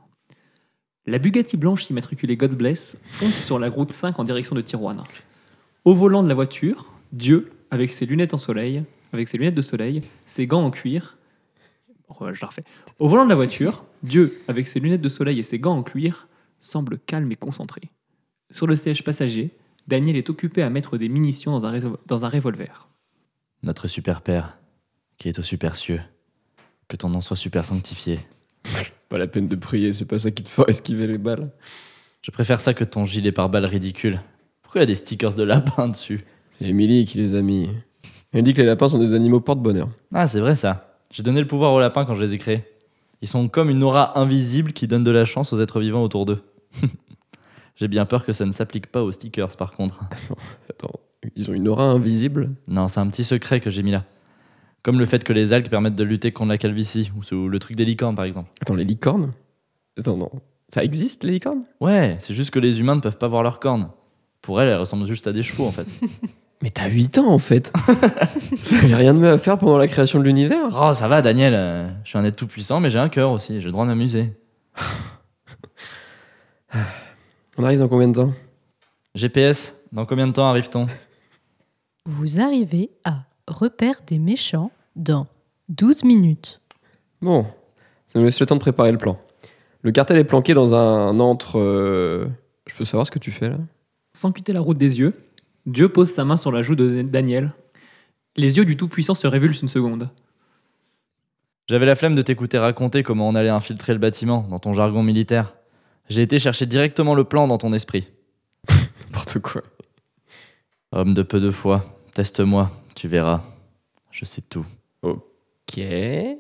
La Bugatti blanche immatriculée God Bless fonce sur la route 5 en direction de Tijuana. Au volant de la voiture, Dieu, avec ses lunettes en soleil, avec ses lunettes de soleil, ses gants en cuir, Oh, je la refais. Au volant de la voiture, Dieu, avec ses lunettes de soleil et ses gants en cuir, semble calme et concentré. Sur le siège passager, Daniel est occupé à mettre des munitions dans un, réso- dans un revolver.
Notre super Père, qui est aux super cieux, que ton nom soit super sanctifié,
Pas la peine de prier, c'est pas ça qui te fera esquiver les balles.
Je préfère ça que ton gilet pare-balles ridicule. Pourquoi il y a des stickers de lapin dessus
C'est Émilie qui les a mis. Elle dit que les lapins sont des animaux porte-bonheur.
Ah, c'est vrai ça. J'ai donné le pouvoir aux lapins quand je les ai créés. Ils sont comme une aura invisible qui donne de la chance aux êtres vivants autour d'eux. J'ai bien peur que ça ne s'applique pas aux stickers par contre.
Attends, ils ont une aura invisible
Non, c'est un petit secret que j'ai mis là. Comme le fait que les algues permettent de lutter contre la calvitie, ou ce- ou le truc des licornes par exemple.
Attends, les licornes Attends, non. Ça existe, les licornes
Ouais, c'est juste que les humains ne peuvent pas voir leurs cornes. Pour elles, elles ressemblent juste à des chevaux en fait.
Mais t'as 8 ans en fait T'avais rien de mieux à faire pendant la création de l'univers
Oh, ça va, Daniel. euh, Je suis un être tout puissant, mais j'ai un cœur aussi. J'ai le droit de m'amuser.
On arrive dans combien de temps
GPS, dans combien de temps arrive-t-on
Vous arrivez à Repère des méchants dans 12 minutes.
Bon, ça nous laisse le temps de préparer le plan. Le cartel est planqué dans un antre. euh, Je peux savoir ce que tu fais là
Sans quitter la route des yeux, Dieu pose sa main sur la joue de Daniel. Les yeux du Tout-Puissant se révulsent une seconde.
J'avais la flemme de t'écouter raconter comment on allait infiltrer le bâtiment dans ton jargon militaire. J'ai été chercher directement le plan dans ton esprit.
N'importe quoi.
Homme de peu de foi, teste-moi, tu verras. Je sais tout.
Ok,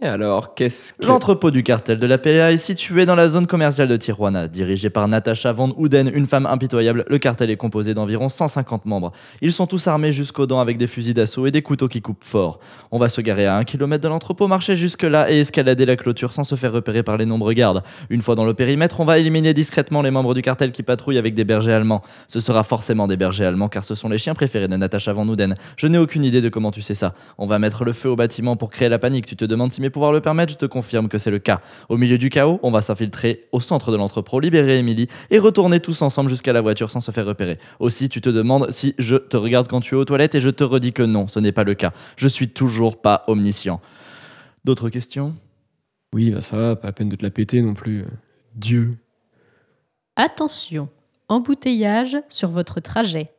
alors qu'est-ce que.
L'entrepôt du cartel de la PLA est situé dans la zone commerciale de Tijuana. Dirigé par Natasha Van Houden, une femme impitoyable, le cartel est composé d'environ 150 membres. Ils sont tous armés jusqu'aux dents avec des fusils d'assaut et des couteaux qui coupent fort. On va se garer à un kilomètre de l'entrepôt, marcher jusque-là et escalader la clôture sans se faire repérer par les nombreux gardes. Une fois dans le périmètre, on va éliminer discrètement les membres du cartel qui patrouillent avec des bergers allemands. Ce sera forcément des bergers allemands car ce sont les chiens préférés de Natasha Van Houden. Je n'ai aucune idée de comment tu sais ça. On va mettre le feu au bâtiment pour créer la panique. Tu te demandes si mes pouvoirs le permettent, je te confirme que c'est le cas. Au milieu du chaos, on va s'infiltrer au centre de l'entrepôt, libérer Emily et retourner tous ensemble jusqu'à la voiture sans se faire repérer. Aussi, tu te demandes si je te regarde quand tu es aux toilettes et je te redis que non, ce n'est pas le cas. Je suis toujours pas omniscient. D'autres questions
Oui, bah ça va, pas la peine de te la péter non plus. euh. Dieu.
Attention, embouteillage sur votre trajet.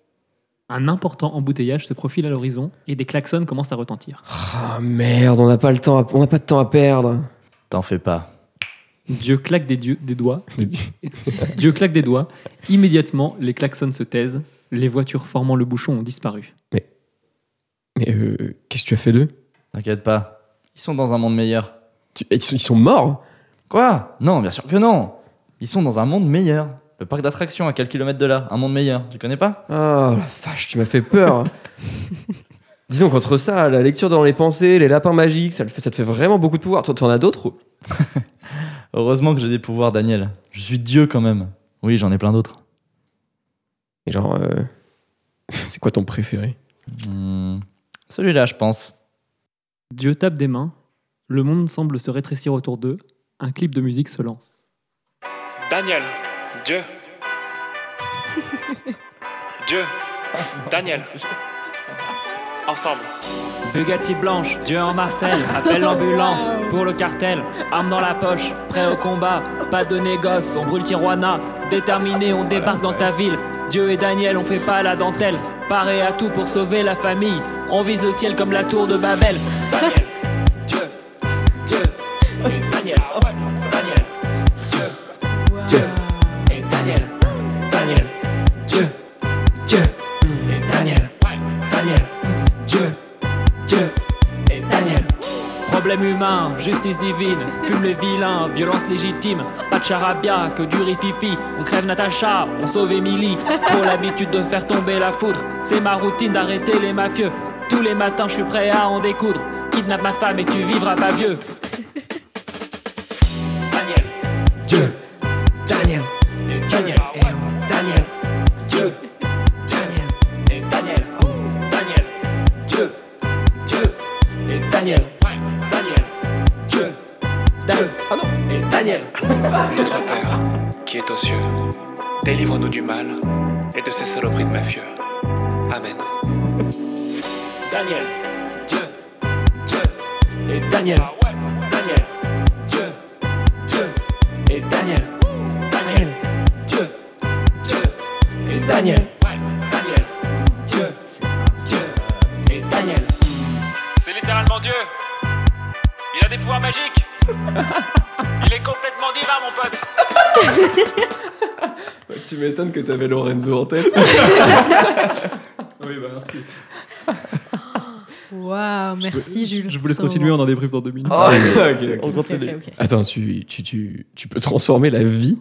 Un important embouteillage se profile à l'horizon et des klaxons commencent à retentir.
Ah merde, on n'a pas le temps, à- on n'a pas de temps à perdre.
T'en fais pas.
Dieu claque des, dieux- des doigts. Dieu claque des doigts. Immédiatement, les klaxons se taisent. Les voitures formant le bouchon ont disparu.
Mais euh, qu'est-ce que tu as fait d'eux
T'inquiète pas. Ils sont dans un monde meilleur.
Tu- ils, sont, ils sont morts
Quoi Non, bien sûr que non. Ils sont dans un monde meilleur. Le parc d'attractions à quelques kilomètres de là, un monde meilleur. Tu connais pas
Ah la vache, tu m'as fait peur. Disons qu'entre ça, la lecture dans les pensées, les lapins magiques, ça, le fait, ça te fait vraiment beaucoup de pouvoir. T'en- T'en as d'autres ou-
Heureusement que j'ai des pouvoirs, Daniel. Je suis Dieu quand même. Oui, j'en ai plein d'autres.
Mais genre, euh, c'est quoi ton préféré
Hmm, Celui-là, je pense.
Dieu tape des mains. Le monde semble se rétrécir autour d'eux. Un clip de musique se lance.
Daniel, Dieu. Dieu, Daniel. Ensemble. Bugatti blanche, Dieu en Marseille, appelle l'ambulance pour le cartel, arme dans la poche, prêt au combat, pas de négoce, on brûle Tijuana, déterminé, on débarque dans ta ville. Dieu et Daniel, on fait pas la dentelle, paré à tout pour sauver la famille, on vise le ciel comme la tour de Babel. Daniel, Dieu, Dieu, Daniel, ah ouais, Daniel, Dieu. Et Daniel, Daniel, Dieu, Dieu, et Daniel, Daniel, Dieu, Dieu, et Daniel. Problème humain, justice divine, fume les vilains, violence légitime, pas de charabia, que du rififi, on crève Natacha, on sauve Émilie, trop l'habitude de faire tomber la foudre, c'est ma routine d'arrêter les mafieux, tous les matins je suis prêt à en découdre, kidnappe ma femme et tu vivras pas vieux. Daniel, Dieu, Daniel, Daniel, Daniel, Dieu, Daniel, et Daniel, Daniel, Dieu, Dieu, et Daniel, Daniel, Dieu, Dieu, ah non, et Daniel.
Notre Père, qui est aux cieux, délivre-nous du mal et de ces saloperies de mafieux. Amen.
Daniel, Dieu, Dieu, et Daniel,
Ah
Daniel, Dieu, Dieu, et Daniel, Daniel, Dieu, Dieu, et Daniel, Daniel, Dieu, Dieu, et Daniel. C'est littéralement Dieu. Il a des pouvoirs magiques. Il est complètement divin, mon pote.
Tu m'étonnes que t'avais Lorenzo en tête.
Oui, bah merci.
Waouh, merci Jules.
Je vous laisse continuer, on en débrief dans deux minutes.
Ah, ok, ok.
On continue.
Ok, ok.
Attends, tu, tu, tu, tu peux transformer la vie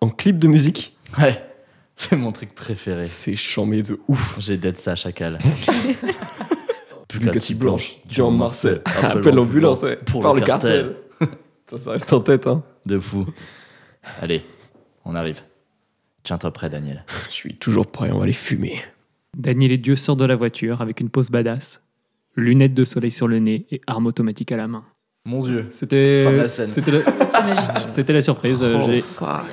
en clip de musique
Ouais, c'est mon truc préféré.
C'est chambé de ouf.
J'ai d'être ça, chacal.
Bugatti
Bugatti
blanche,
blanche,
Durand Marcel,
Marcel,
appelle l'ambulance ouais, par le cartel. Ça, ça reste en tête, hein.
De fou. Allez, on arrive. Tiens-toi prêt, Daniel.
Je suis toujours prêt, on va les fumer.
Daniel et Dieu sort de la voiture avec une pose badass, lunettes de soleil sur le nez et arme automatique à la main.
Mon dieu.
C'était
Fin de la scène.
c'était la... c'était la surprise. euh, j'ai-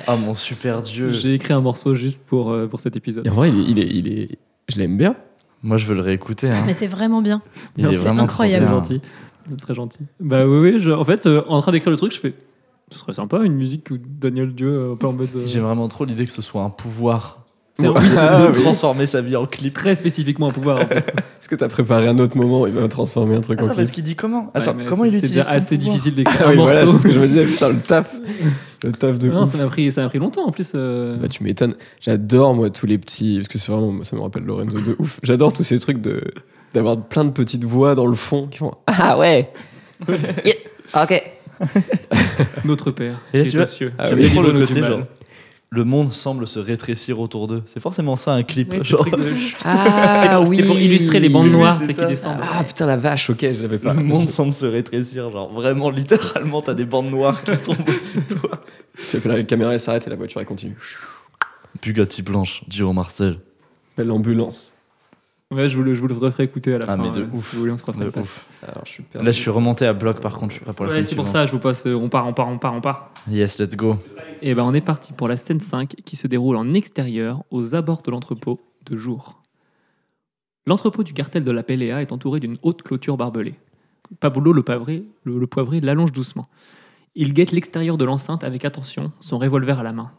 Ah, mon super dieu.
J'ai écrit un morceau juste pour, euh, pour cet
Et
épisode.
en vrai, il est, il est, il est- je l'aime bien.
Moi, je veux le réécouter. hein.
Mais c'est vraiment bien.
Il est
c'est
vraiment trop
incroyable.
bien.
C'est gentil. C'est très gentil. Bah oui, oui. je- En fait, euh, en train d'écrire le truc, je fais. Ce serait sympa une musique où Daniel Dieu euh, un peu en mode. euh,
J'aime vraiment trop l'idée que ce soit un pouvoir.
c'est-
Pour-
oui, c'est
de transformer sa vie en clip.
très spécifiquement un pouvoir. En fait.
Est-ce que t'as préparé un autre moment Il va transformer un truc en
Attends,
clip.
parce qu'il dit comment
Ouais,
Attends,
mais
comment
c'est-
il utilise
C'est déjà
son
assez
pouvoir
difficile d'écrire
Ah
un
oui, voilà,
morceau.
c'est ce que je me disais. Putain, le taf. Le taf de
Non,
ouf.
ça m'a pris, ça m'a pris longtemps en plus. euh,
Bah, tu m'étonnes. J'adore, moi, tous les petits. Parce que c'est vraiment. moi, Ça me rappelle Lorenzo de ouf. J'adore tous ces trucs de d'avoir plein de petites voix dans le fond qui font
Ah ouais. Yeah. Ok.
Notre Père,
Et là, tu
qui est aux
vois-
cieux.
Ah
J'ai
oui,
des
trop
livres
le
du
côté,
mal.
genre, le monde semble se rétrécir autour d'eux. C'est forcément ça un clip.
Ouais, c'est
genre,
le truc de- C'était
Ah
pour-
oui.
c'était pour illustrer les bandes
Oui,
noires
c'est
tu sais, qui
ça.
descendent.
Ah putain, la vache, ok, j'avais pas.
le monde semble se rétrécir. Genre vraiment, littéralement, t'as des bandes noires qui tombent au-dessus de toi.
Puis après, la caméra elle s'arrête et la voiture elle continue.
Bugatti blanche, Giro Marcel.
Appelle l'ambulance.
Ah. Ouais, je vous le, je vous le referai écouter à la
Ah,
fin.
mais de
euh,
ouf.
Si vous voulez, on se refera
De
pas.
ouf.
Alors, je suis perdu.
Là, je suis remonté à bloc. Par contre, je suis prêt pour la
Ouais,
scène
c'est pour ça,
suivante.
je vous passe. euh, On part, on part, on part, on part.
Yes, let's go.
Et ben, on est parti pour la scène 5 qui se déroule en extérieur, aux abords de l'entrepôt, de jour. L'entrepôt du cartel de la Péléa est entouré d'une haute clôture barbelée. Pablo le, pavré, le, le poivré l'allonge doucement. Il guette l'extérieur de l'enceinte avec attention, son revolver à la main.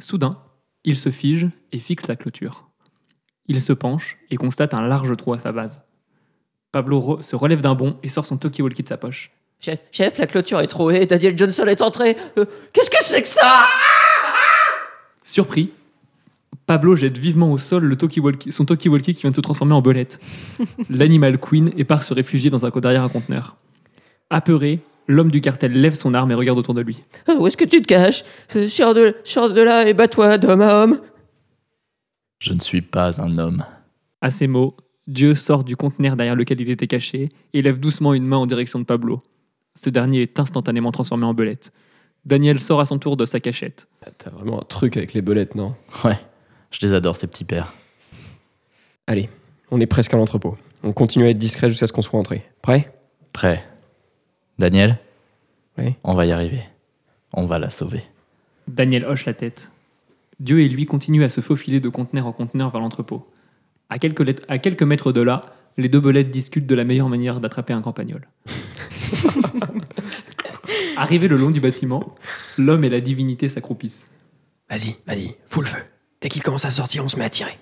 Soudain, il se fige et fixe la clôture. Il se penche et constate un large trou à sa base. Pablo re- se relève d'un bond et sort son talkie-walkie de sa poche.
Chef, chef, la clôture est trouée. Daniel Johnson est entré. Euh, Qu'est-ce que c'est que ça
Surpris, Pablo jette vivement au sol le talkie-walkie- son talkie-walkie qui vient de se transformer en belette. L'animal queen et part se réfugier dans un co- derrière un conteneur. Apeuré, l'homme du cartel lève son arme et regarde autour de lui.
Euh, Où est-ce que tu te caches Euh, Sors de, sors de là et bats-toi d'homme à homme.
Je ne suis pas un homme.
À ces mots, Dieu sort du conteneur derrière lequel il était caché et lève doucement une main en direction de Pablo. Ce dernier est instantanément transformé en belette. Daniel sort à son tour de sa cachette.
T'as vraiment un truc avec les belettes, non
Ouais, je les adore, ces petits pères.
Allez, on est presque à l'entrepôt. On continue à être discret jusqu'à ce qu'on soit entré. Prêt
Prêt. Daniel
Oui.
On va y arriver. On va la sauver.
Daniel hoche la tête. Dieu et lui continuent à se faufiler de conteneur en conteneur vers l'entrepôt. À quelques, let- à quelques mètres de là, les deux belettes discutent de la meilleure manière d'attraper un campagnol. Arrivés le long du bâtiment, l'homme et la divinité s'accroupissent.
Vas-y, vas-y, fous le feu. Dès qu'il commence à sortir, on se met à tirer.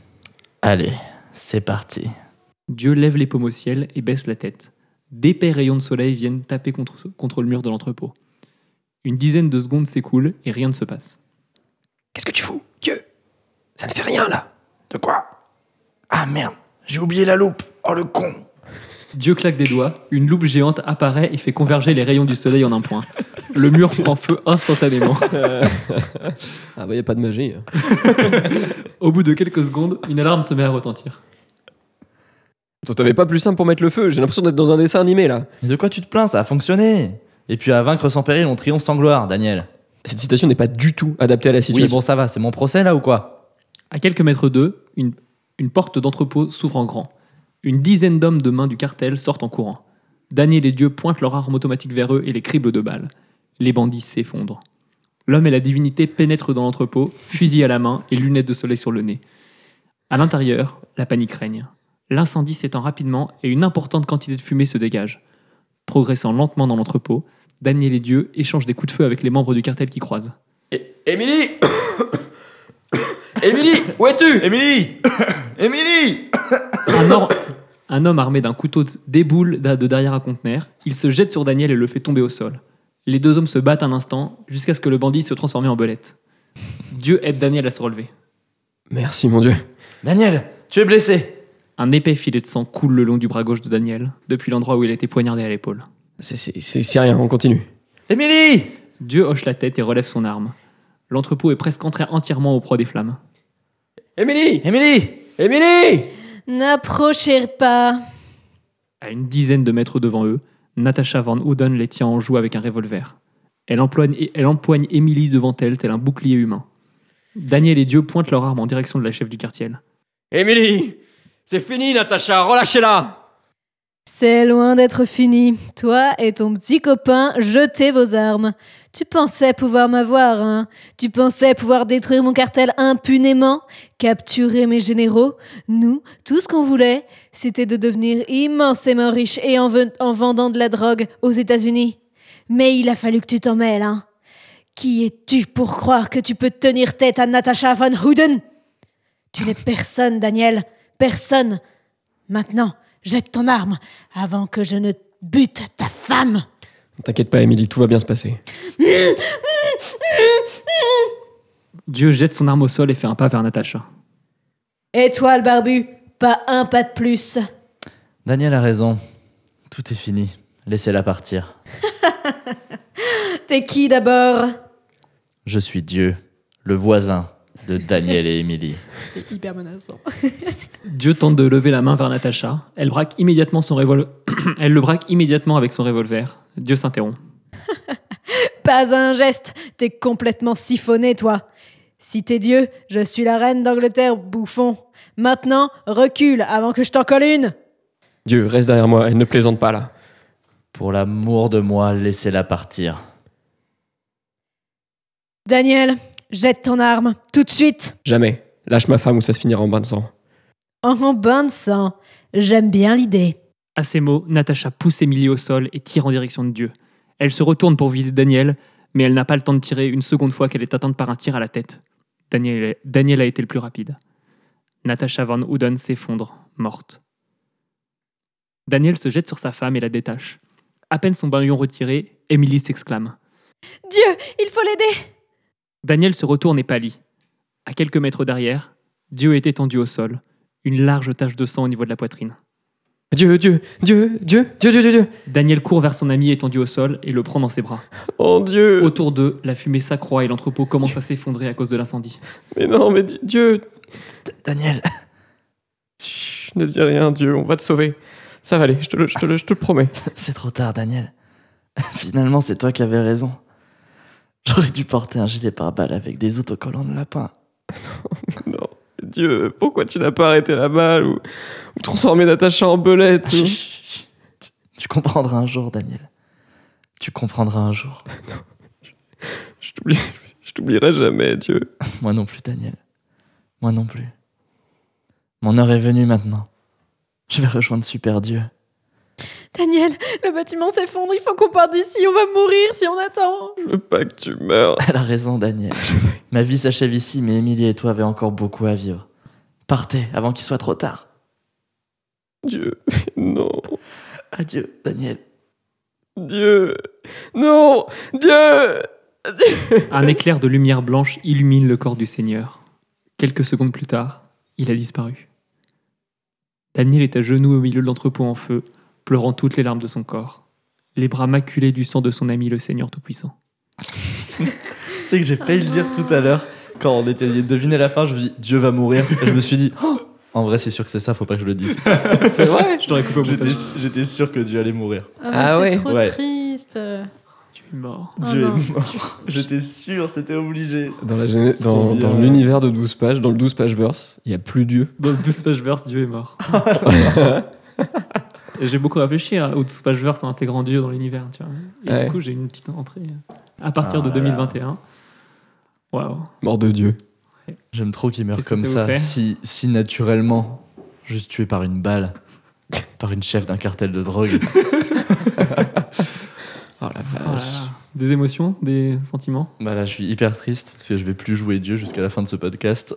Allez, c'est parti.
Dieu lève les paumes au ciel et baisse la tête. D'épais rayons de soleil viennent taper contre, contre le mur de l'entrepôt. Une dizaine de secondes s'écoulent et rien ne se passe.
Qu'est-ce que tu fous Dieu Ça ne fait rien là.
Ah merde, j'ai oublié la loupe. Oh le con.
Dieu claque des doigts, une loupe géante apparaît et fait converger les rayons du soleil en un point. Le mur prend feu instantanément.
Ah bah y a pas de magie. hein.
Au bout de quelques secondes, une alarme se met à retentir.
Attends, t'avais pas plus simple pour mettre le feu J'ai l'impression d'être dans un dessin animé là.
Mais de quoi tu te plains Ça a fonctionné. Et puis à vaincre sans péril, on triomphe sans gloire, Daniel.
Cette citation n'est pas du tout adaptée à la
Oui,
situation.
bon ça va, c'est mon procès là ou quoi
À quelques mètres d'eux, une, une porte d'entrepôt s'ouvre en grand. Une dizaine d'hommes de main du cartel sortent en courant. Daniel et Dieu pointent leur arme automatique vers eux et les criblent de balles. Les bandits s'effondrent. L'homme et la divinité pénètrent dans l'entrepôt, fusil à la main et lunettes de soleil sur le nez. À l'intérieur, la panique règne. L'incendie s'étend rapidement et une importante quantité de fumée se dégage. Progressant lentement dans l'entrepôt, Daniel et Dieu échangent des coups de feu avec les membres du cartel qui croisent.
É- Émilie Émilie, où es-tu
Émilie Émilie
Un, or- un homme armé d'un couteau de- déboule de de derrière un conteneur. Il se jette sur Daniel et le fait tomber au sol. Les deux hommes se battent un instant jusqu'à ce que le bandit se transforme en belette. Dieu aide Daniel à se relever.
Merci, mon Dieu.
Daniel, tu es blessé.
Un épais filet de sang coule le long du bras gauche de Daniel, depuis l'endroit où il a été poignardé à l'épaule.
C'est- C'est c'est- c'est rien, on continue.
Émilie
Dieu hoche la tête et relève son arme. L'entrepôt est presque entré entièrement au proie des flammes.
Émilie
Émilie
Émilie
N'approchez pas.
À une dizaine de mètres devant eux, Natasha Van Houden les tient en joue avec un revolver. Elle empoigne, elle empoigne Emily devant elle tel un bouclier humain. Daniel et Dieu pointent leur arme en direction de la chef du quartier.
Émilie C'est fini, Natacha, relâchez-la
C'est loin d'être fini. Toi et ton petit copain, jetez vos armes. Tu pensais pouvoir m'avoir, hein Tu pensais pouvoir détruire mon cartel impunément Capturer mes généraux Nous, tout ce qu'on voulait, c'était de devenir immensément riche et en, ve- en vendant de la drogue aux États-Unis. Mais il a fallu que tu t'en mêles, hein Qui es-tu pour croire que tu peux tenir tête à Natasha Van Houden Tu n'es personne, Daniel. Personne. Maintenant, jette ton arme avant que je ne bute ta femme.
T'inquiète pas, Émilie, tout va bien se passer.
Dieu jette son arme au sol et fait un pas vers Natasha.
Et toi, le barbu, pas un pas de plus.
Daniel a raison. Tout est fini. Laissez-la partir.
T'es qui d'abord
Je suis Dieu, le voisin de Daniel et Émilie.
C'est hyper menaçant.
Dieu tente de lever la main vers Natasha. Elle braque immédiatement son revolver. elle le braque immédiatement avec son revolver. Dieu s'interrompt.
Pas un geste, t'es complètement siphonné, toi. Si t'es Dieu, je suis la reine d'Angleterre, bouffon. Maintenant, recule avant que je t'en colle une.
Dieu, reste derrière moi, elle ne plaisante pas là.
Pour l'amour de moi, laissez-la partir.
Daniel, jette ton arme, tout de suite.
Jamais. Lâche ma femme ou ça se finira en bain de sang.
En bain de sang, j'aime bien l'idée.
À ces mots, Natacha pousse Émilie au sol et tire en direction de Dieu. Elle se retourne pour viser Daniel, mais elle n'a pas le temps de tirer une seconde fois qu'elle est atteinte par un tir à la tête. Daniel, Daniel a été le plus rapide. Natacha Van Houden s'effondre, morte. Daniel se jette sur sa femme et la détache. À peine son baillon retiré, Émilie s'exclame.
Dieu, il faut l'aider.
Daniel se retourne et pâlit. À quelques mètres derrière, Dieu est étendu au sol, une large tache de sang au niveau de la poitrine.
Dieu, Dieu, Dieu, Dieu, Dieu, Dieu, Dieu, Dieu.
Daniel court vers son ami étendu au sol et le prend dans ses bras.
Oh Dieu
Autour d'eux, la fumée s'accroît et l'entrepôt commence à s'effondrer à cause de l'incendie.
Mais non, mais Di- Dieu,
Daniel
Chut, ne dis rien, Dieu, on va te sauver. Ça va aller, je te le, je te le- je te le promets.
C'est trop tard, Daniel. Finalement, c'est toi qui avais raison. J'aurais dû porter un gilet pare-balles avec des autocollants de lapin.
Non, Dieu, pourquoi tu n'as pas arrêté la balle ou, ou transformé Natacha en belette
Chut,
ou-
chut, chut. Tu- Tu comprendras un jour, Daniel. Tu comprendras un jour.
Je t'oublie- je t'oublierai jamais, Dieu.
Moi non plus, Daniel. Moi non plus. Mon heure est venue maintenant. Je vais rejoindre Super Dieu.
Daniel, le bâtiment s'effondre, il faut qu'on parte d'ici, on va mourir si on attend.
Je veux pas que tu meurs.
Elle a raison, Daniel. Ma vie s'achève ici, mais Émilie et toi avez encore beaucoup à vivre. Partez avant qu'il soit trop tard.
Dieu, non.
Adieu, Daniel.
Dieu, non. Dieu
Un éclair de lumière blanche illumine le corps du Seigneur. Quelques secondes plus tard, il a disparu. Daniel est à genoux au milieu de l'entrepôt en feu, pleurant toutes les larmes de son corps, les bras maculés du sang de son ami le Seigneur Tout-Puissant.
Tu sais que j'ai failli le dire tout à l'heure, quand on était deviné la fin, je me dis Dieu va mourir. Et je me suis dit, Oh, en vrai, c'est sûr que c'est ça, faut pas que je le dise.
C'est vrai
Je t'aurais coupé au
J'étais-
montage.
J'étais sûr que Dieu allait mourir.
Ah,
Ah
mais
ouais.
c'est trop
Ouais.
triste.
Tu es mort.
Oh
Dieu
non.
est mort. J'étais sûr, c'était obligé.
Dans la géné-
Son
dans,
bien.
dans l'univers de 12 pages, dans le 12 pages verse, il y a plus Dieu.
Dans le 12 pages verse, Dieu est mort. Et j'ai beaucoup réfléchi à- au 12 pages verse en intégrant Dieu dans l'univers. Tu vois. Et
Ouais.
du coup, j'ai une petite entrée euh, à partir
Ah
de
là là.
2021. Waouh.
Mort de Dieu.
J'aime trop qu'il meure
Qu'est-ce que
comme
ça vous
ça,
fait
si, si naturellement, juste tué par une balle, par une chef d'un cartel de drogue.
Oh la
Oh là là. Des émotions, des sentiments
Bah là, je suis hyper triste parce que je vais plus jouer Dieu jusqu'à la fin de ce podcast.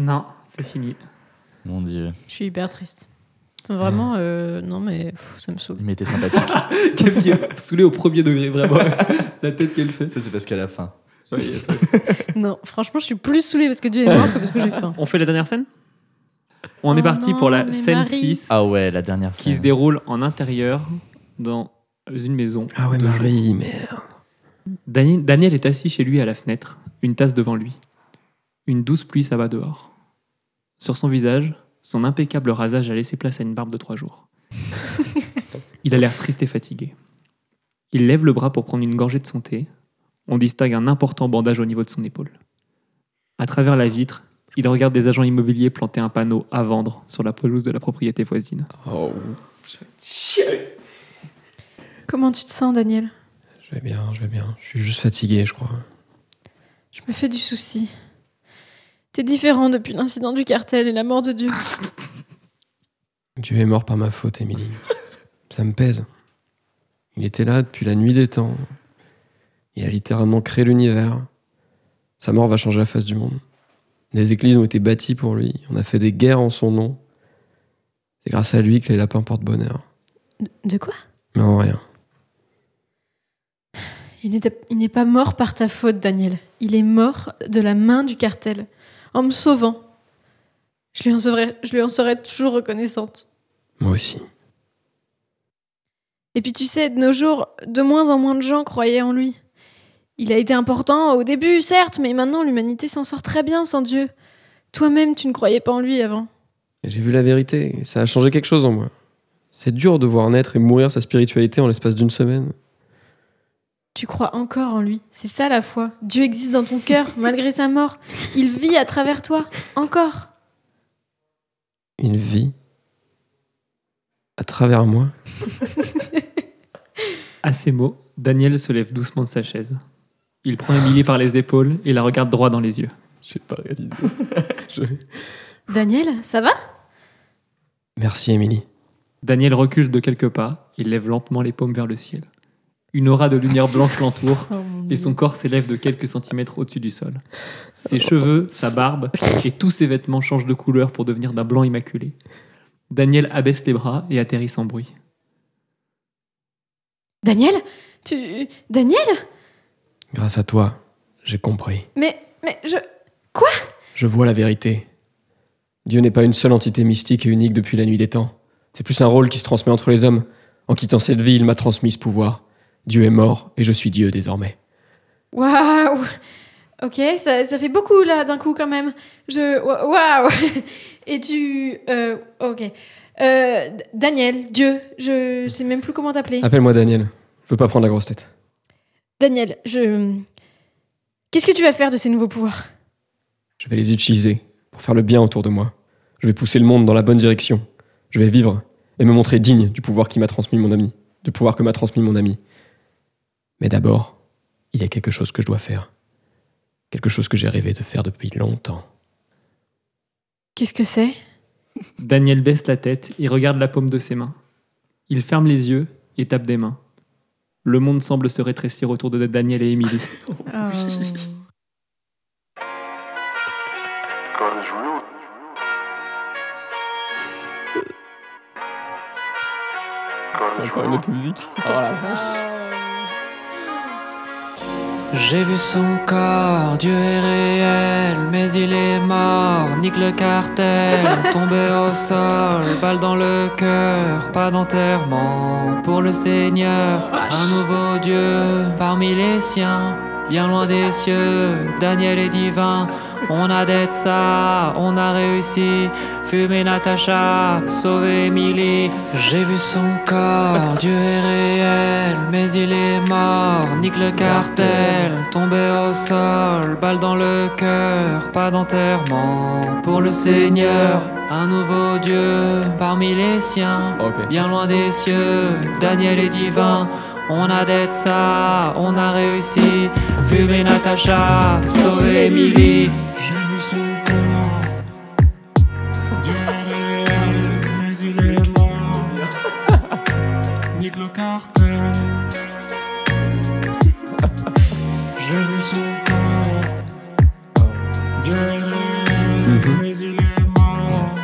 Non, c'est fini.
Mon Dieu.
Je suis hyper triste.
Vraiment, euh, non, mais pff, ça me saoule.
Mais t'es sympathique.
Camille est saoulée au premier degré, vraiment. La tête qu'elle fait.
Ça, c'est parce qu'à la fin.
Non, franchement, je suis plus saoulée parce que Dieu est mort que parce que j'ai faim.
On fait la dernière scène On
Oh
est parti pour la scène 6
Ah ouais, la dernière
qui se déroule en intérieur dans une maison.
Ah ouais,
de
Marie, merde.
Daniel, Daniel est assis chez lui à la fenêtre, une tasse devant lui. Une douce pluie s'abat dehors. Sur son visage, son impeccable rasage a laissé place à une barbe de trois jours. Il a l'air triste et fatigué. Il lève le bras pour prendre une gorgée de son thé. On distingue un important bandage au niveau de son épaule. À travers la vitre, il regarde des agents immobiliers planter un panneau à vendre sur la pelouse de la propriété voisine.
Oh,
Comment tu te sens, Daniel
je vais bien, je vais bien. Je suis juste fatigué, je crois.
Je me fais du souci. T'es différent depuis l'incident du cartel et la mort de Dieu.
Dieu est mort par ma faute, Émilie. Ça me pèse. Il était là depuis la nuit des temps. Il a littéralement créé l'univers. Sa mort va changer la face du monde. Des églises ont été bâties pour lui. On a fait des guerres en son nom. C'est grâce à lui que les lapins portent bonheur.
De, de quoi
Mais en rien.
Il n'était- il n'est pas mort par ta faute, Daniel. Il est mort de la main du cartel, en me sauvant. Je lui en serai, je lui en serai toujours reconnaissante.
Moi aussi.
Et puis tu sais, de nos jours, de moins en moins de gens croyaient en lui. Il a été important au début, certes, mais maintenant l'humanité s'en sort très bien sans Dieu. Toi-même, tu ne croyais pas en lui avant.
Et J'ai vu la vérité. Ça a changé quelque chose en moi. C'est dur de voir naître et mourir sa spiritualité en l'espace d'une semaine.
Tu crois encore en lui. C'est ça la foi. Dieu existe dans ton cœur, malgré sa mort. Il vit à travers toi, encore.
Il vit à travers moi.
À ces mots, Daniel se lève doucement de sa chaise. Il prend Émilie par les épaules et la regarde droit dans les yeux.
J'ai pas réalisé.
Daniel, ça va
Merci, Émilie.
Daniel recule de quelques pas et lève lentement les paumes vers le ciel. Une aura de lumière blanche l'entoure
Oh,
et son corps s'élève de quelques centimètres au-dessus du sol. Ses cheveux, sa barbe et tous ses vêtements changent de couleur pour devenir d'un blanc immaculé. Daniel abaisse les bras et atterrit sans bruit.
Daniel Tu. Daniel
Grâce à toi, j'ai compris.
Mais. Mais je.
Je vois la vérité. Dieu n'est pas une seule entité mystique et unique depuis la nuit des temps. C'est plus un rôle qui se transmet entre les hommes. En quittant cette vie, il m'a transmis ce pouvoir. Dieu est mort et je suis Dieu désormais.
Waouh Ok, ça, ça fait beaucoup là d'un coup quand même. Je. wa- Waouh Et tu. euh, ok. Euh, D- Daniel, Dieu, je sais même plus comment t'appeler.
Appelle-moi Daniel. Je veux pas prendre la grosse tête.
Daniel, je. Qu'est-ce que tu vas faire de ces nouveaux pouvoirs
Je vais les utiliser pour faire le bien autour de moi. Je vais pousser le monde dans la bonne direction. Je vais vivre et me montrer digne du pouvoir qui m'a transmis mon ami, du pouvoir que m'a transmis mon ami. Mais d'abord, il y a quelque chose que je dois faire. Quelque chose que j'ai rêvé de faire depuis longtemps.
Qu'est-ce que c'est
Daniel baisse la tête et regarde la paume de ses mains. Il ferme les yeux et tape des mains. Le monde semble se rétrécir autour de Daniel et Émilie.
Oh,
C'est encore une autre musique.
Oh
J'ai vu son corps, Dieu est réel, mais il est mort, nique le cartel, tombé au sol, balle dans le cœur, pas d'enterrement pour le Seigneur, un nouveau Dieu parmi les siens, bien loin des cieux, Daniel est divin, on a d'être ça, on a réussi, fumer Natacha, sauver Emily, j'ai vu son corps, Dieu est réel, mais il est mort, nique le cartel, tombé au sol, balle dans le cœur, pas d'enterrement pour le Seigneur, un nouveau Dieu parmi les siens, bien loin des cieux, Daniel est divin, on a d'être ça, on a réussi, fumer Natacha, sauver Emily. J'ai vu son corps, Dieu est réel, mais il est mort. Nique le cartel. J'ai vu son corps. Dieu est réel, mais il est mort.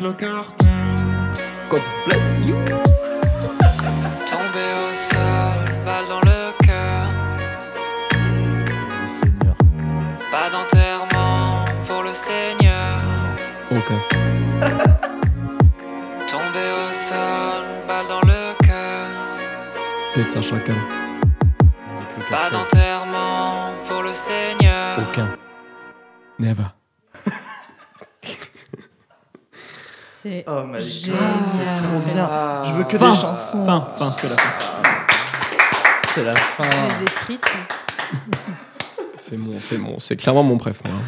avec le cartel. God bless you. Tombé au sol, balle dans le cœur. Pas d'enterrement pour le Seigneur.
Ok.
Tombé au sol, balle dans le cœur.
Peut-être ça chacal.
Pas d'enterrement pour le Seigneur.
Aucun. Never.
C'est
Oh my God,
génial.
c'est trop bien. Je veux que
Fin.
des chansons.
Fin, fin, c'est la
C'est la fin.
J'ai des frissons.
C'est mon, c'est mon, c'est clairement mon préf. moi. hein.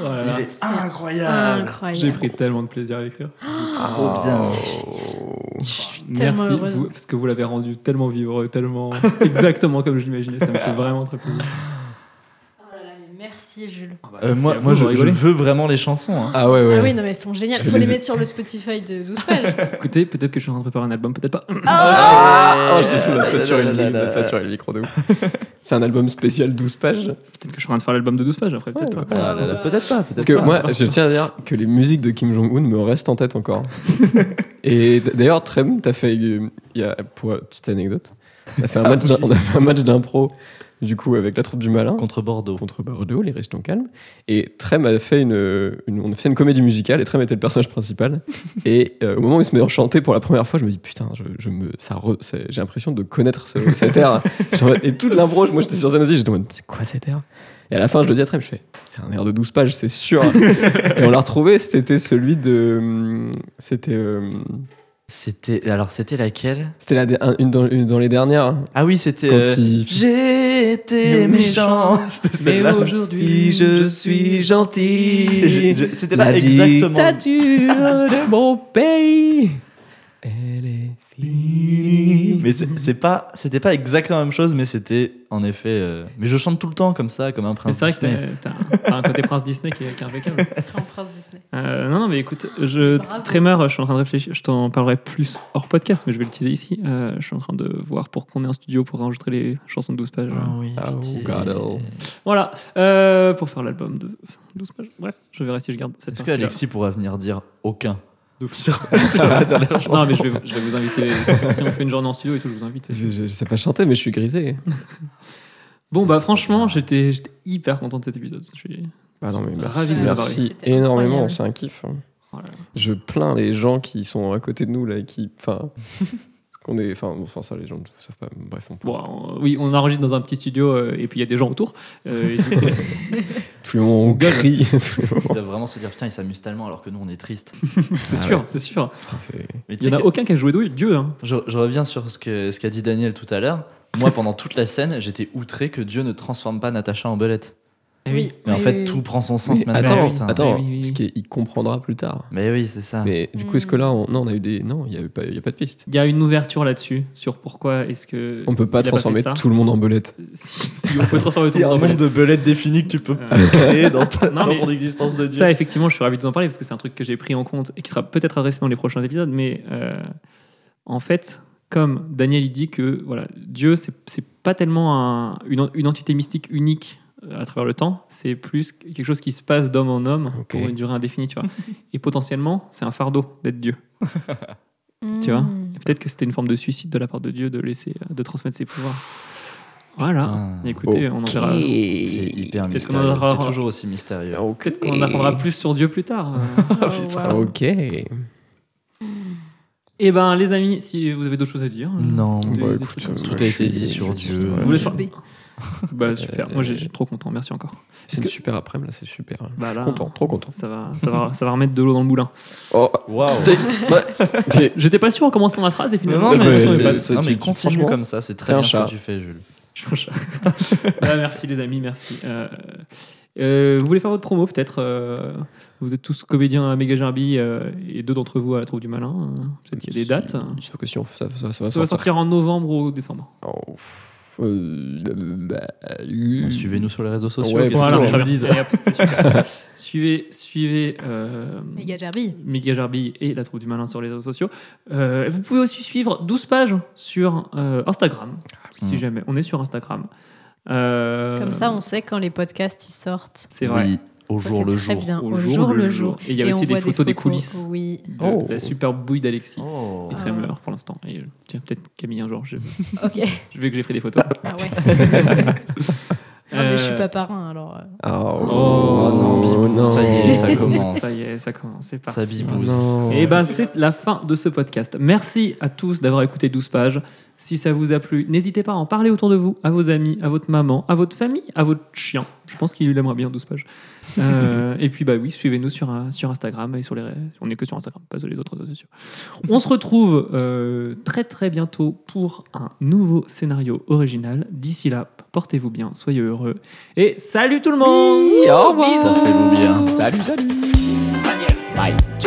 Oh là là.
Il est incroyable.
Incroyable.
J'ai pris tellement de plaisir à l'écrire.
Trop bien.
tellement
Oh, Merci,
heureuse.
vous- parce que vous l'avez rendu tellement vivre, tellement exactement comme je l'imaginais. Ça me fait vraiment très plaisir.
Oh là là, mais merci Jules.
Euh, moi, moi je, je veux vraiment les chansons. hein.
Ah ouais, ouais.
Ah oui, non, mais elles sont géniales.
Je
Faut les
les ai-
mettre sur le Spotify de 12 pages.
Écoutez, peut-être que je suis en train de préparer un album, peut-être pas.
Ah,
Oh, je sais, on a saturé le-
Là, là,
on a
là, là.
saturé le micro de ouf. C'est un album spécial 12 pages.
Peut-être que je suis en train de faire l'album de 12 pages après, peut-être pas.
Ah, là, là, Peut-être pas. peut-être
Parce que
pas.
moi, je tiens à dire que les musiques de Kim Jong-un me restent en tête encore. Et d- d'ailleurs, Trem, t'as fait, euh, il y a, pour euh, petite anecdote, on a fait un match, d'im- on a fait un match d'impro, du coup, avec la troupe du malin,
Contre Bordeaux.
contre Bordeaux, les restons calmes. Et Trem a fait une, une- on a fait une comédie musicale, et Trem était le personnage principal. Et euh, au moment où il se met à chanter pour la première fois, je me dis, putain, je, je me, ça re- c'est- j'ai l'impression de connaître ce- cet air. J'étais en mode- et toute l'impro, moi j'étais sur scène aussi, j'étais en mode, c'est quoi cet air Et à la fin, je le dis à Trem, je fais, c'est un air de 12 pages, c'est sûr. et on l'a retrouvé, c'était celui de. hum, C'était. euh,
C'était. Alors, c'était laquelle
C'était la, un- une, dans, une dans les dernières. hein,
Ah oui, c'était.
Quand
euh,
il-
J'ai été méchant. C'était celle-là.
aujourd'hui,
gentil. Je- je- C'était pas
La
exactement.
dictature de mon pays. Elle est finie.
Mais c'est c'est pas, c'était pas exactement la même chose, mais c'était en effet. euh, Mais je chante tout le temps comme ça, comme un
Mais
prince.
c'est vrai que
Disney.
t'as- t'as t'as un côté prince Disney qui est, qui est impeccable.
en prince Disney.
Euh, non, non, mais écoute, je,
Bravo.
Tremor, je suis en train de réfléchir, je t'en parlerai plus hors podcast, mais je vais le teaser ici. Euh, je suis en train de voir pour qu'on ait un studio pour enregistrer les chansons de 12 pages.
Ah oui,
Oh,
pitié.
God, oh.
Voilà, euh, pour faire l'album de 12 pages. Bref, je verrai si je garde cette
Est-ce que
partie-là.
Alexis pourra venir dire aucun
De fou.
sur, sur la dernière chanson
Non, mais je vais, je vais vous inviter. si, si on fait une journée en studio et tout, je vous invite.
Je, je- je sais pas chanter, mais je suis grisé.
Bon, bah, franchement, j'étais j'étais hyper content de cet épisode. Je suis-
Bah non, mais merci,
Ravi de vous avoir
merci
C'était
énormément,
incroyable.
c'est un kiff. hein.
oh là là.
Je plains les gens qui sont à côté de nous, là, qui. Enfin. qu'on est. Enfin, enfin, ça, les gens ne savent pas. Bref, on
Bon, on- oui, on enregistre dans un petit studio euh, et puis il y a des gens autour. Euh, et du coup,
Tous les moments, on
gueule.
crie. tous les moments.
Ils doivent vraiment se dire putain, ils s'amusent tellement alors que nous on est tristes.
c'est
Ah
sûr, c'est sûr.
Putain, Ah c'est-
Mais tu
Il n'y en
sais
a
que-
aucun qui a joué douille, Dieu. Hein.
je, je reviens sur ce qu'a ce qu'a dit Daniel tout à l'heure. Moi, pendant toute la scène, j'étais outré que Dieu ne transforme pas Natacha en belette. Mais en
Oui,
fait,
oui,
tout
oui.
prend son sens
Oui,
maintenant.
attends,
putain.
attends,
Oui, oui, oui.
parce qu'il comprendra plus tard.
Mais oui, c'est ça.
Mais du coup, est-ce que là, on... non, on a eu des. Non, il n'y a, eu pas- il y a pas de piste.
Il y a une ouverture là-dessus sur pourquoi est-ce que.
On peut pas
il a
transformer
fait ça.
tout le monde en belette.
Si, si on peut transformer tout
Il y a
le
un
monde en
nombre
belette.
de belettes définies que tu peux
Euh,
créer dans, ta-
Non,
dans
mais-
ton existence de Dieu.
Ça, effectivement, je suis ravi de vous en parler parce que c'est un truc que j'ai pris en compte et qui sera peut-être adressé dans les prochains épisodes. Mais euh, en fait, comme Daniel il dit que voilà, Dieu, c'est c'est pas tellement un- une, une entité mystique unique euh, à travers le temps, c'est plus quelque chose qui se passe d'homme en homme
Ok.
pour une durée indéfinie, tu vois. et potentiellement, c'est un fardeau d'être Dieu. Tu vois
Mm.
Et Peut-être que c'était une forme de suicide de la part de Dieu de laisser, euh, de transmettre ses pouvoirs. Voilà.
Putain,
Écoutez, on en verra.
Ah, C'est hyper
Peut-être qu'on
mystérieux.
aura-
C'est toujours aussi mystérieux.
Peut-être qu'on en apprendra plus sur Dieu plus tard. Euh,
Oh, wow.
Ok.
Eh ben, les amis, si vous avez d'autres choses à dire. euh,
Non,
des-
Bah,
des
écoute,
trucs comme
euh,
ça.
tout a été
je
dit
suis-
sur
je suis-
Dieu.
Vous voulez
Je
faire-
vais.
Bah, super. Moi, j'ai- je suis trop content. Merci encore.
C'est une super après-midi, là, c'est super.
Bah,
Je
là-
suis content, trop content.
Ça va, ça va, ça va remettre de l'eau dans le moulin.
Oh,
Waouh.
t'es- bah, t'es-
J'étais pas sûr en commençant ma phrase et finalement.
Non,
je me
mais,
suis
Ouais,
pas-
t'es-
non, mais
tu- tu-
continue
franchement,
comme ça, c'est très
t'es un
bien ce
chat.
que tu fais, Jules.
Je suis un chat. Voilà, merci les amis, merci. Euh, euh, vous voulez faire votre promo peut-être euh, Vous êtes tous comédiens à Méga Gerbi euh, et deux d'entre vous à la troupe du malin. euh, Peut-être qu'il y a des dates.
Il- Sauf que si on ça, ça, ça
Ça,
va
va
sortir.
sortir en novembre ou décembre.
Oh, pff, euh, bah, euh,
Suivez-nous sur les réseaux sociaux.
Ouais,
qu'est-ce
voilà,
que
les
je
très
vous
bien.
dise
Allez, hop, c'est super. suivez, suivez. euh,
Méga Jarby.
Méga Jarbi et la troupe du malin sur les réseaux sociaux. Euh, vous pouvez aussi suivre 12 pages sur euh, Instagram, si
Mm.
jamais. On est sur Instagram. Euh,
Comme ça, on sait quand les podcasts y sortent.
C'est vrai.
Oui. Au
Ça,
jour
c'est
le
très
jour.
bien. Au jour le jour.
Et il y a
Et on
aussi des
voit des
photos des,
photos,
coulisses.
oui.
De
Oh.
La superbe bouille d'Alexis.
Oh.
Et
Ah.
Tremler pour l'instant. Et, euh, Tiens, peut-être Camille un jour. Je,
Ok.
je vais que j'ai pris des photos.
Ah ouais.
Euh,
Ah, mais je suis pas parrain alors. euh.
Oh,
Oh non, Bibou, ça y est, ça commence.
Ça y est, ça commence. C'est parti.
Ça bibouze.
Oh.
Et ben c'est la fin de ce podcast. Merci à tous d'avoir écouté 12 pages. Si ça vous a plu, n'hésitez pas à en parler autour de vous, à vos amis, à votre maman, à votre famille, à votre chien. Je pense qu'il aimera bien 12 pages. Euh, et puis bah oui, suivez-nous sur, euh, sur Instagram et sur les ré- on n'est que sur Instagram, pas sur les autres réseaux sociaux. On se retrouve euh, très très bientôt pour un nouveau scénario original. D'ici là, portez-vous bien, soyez heureux et salut tout le monde.
au revoir.
Portez-vous bien.
Salut, salut.
Daniel. Bye.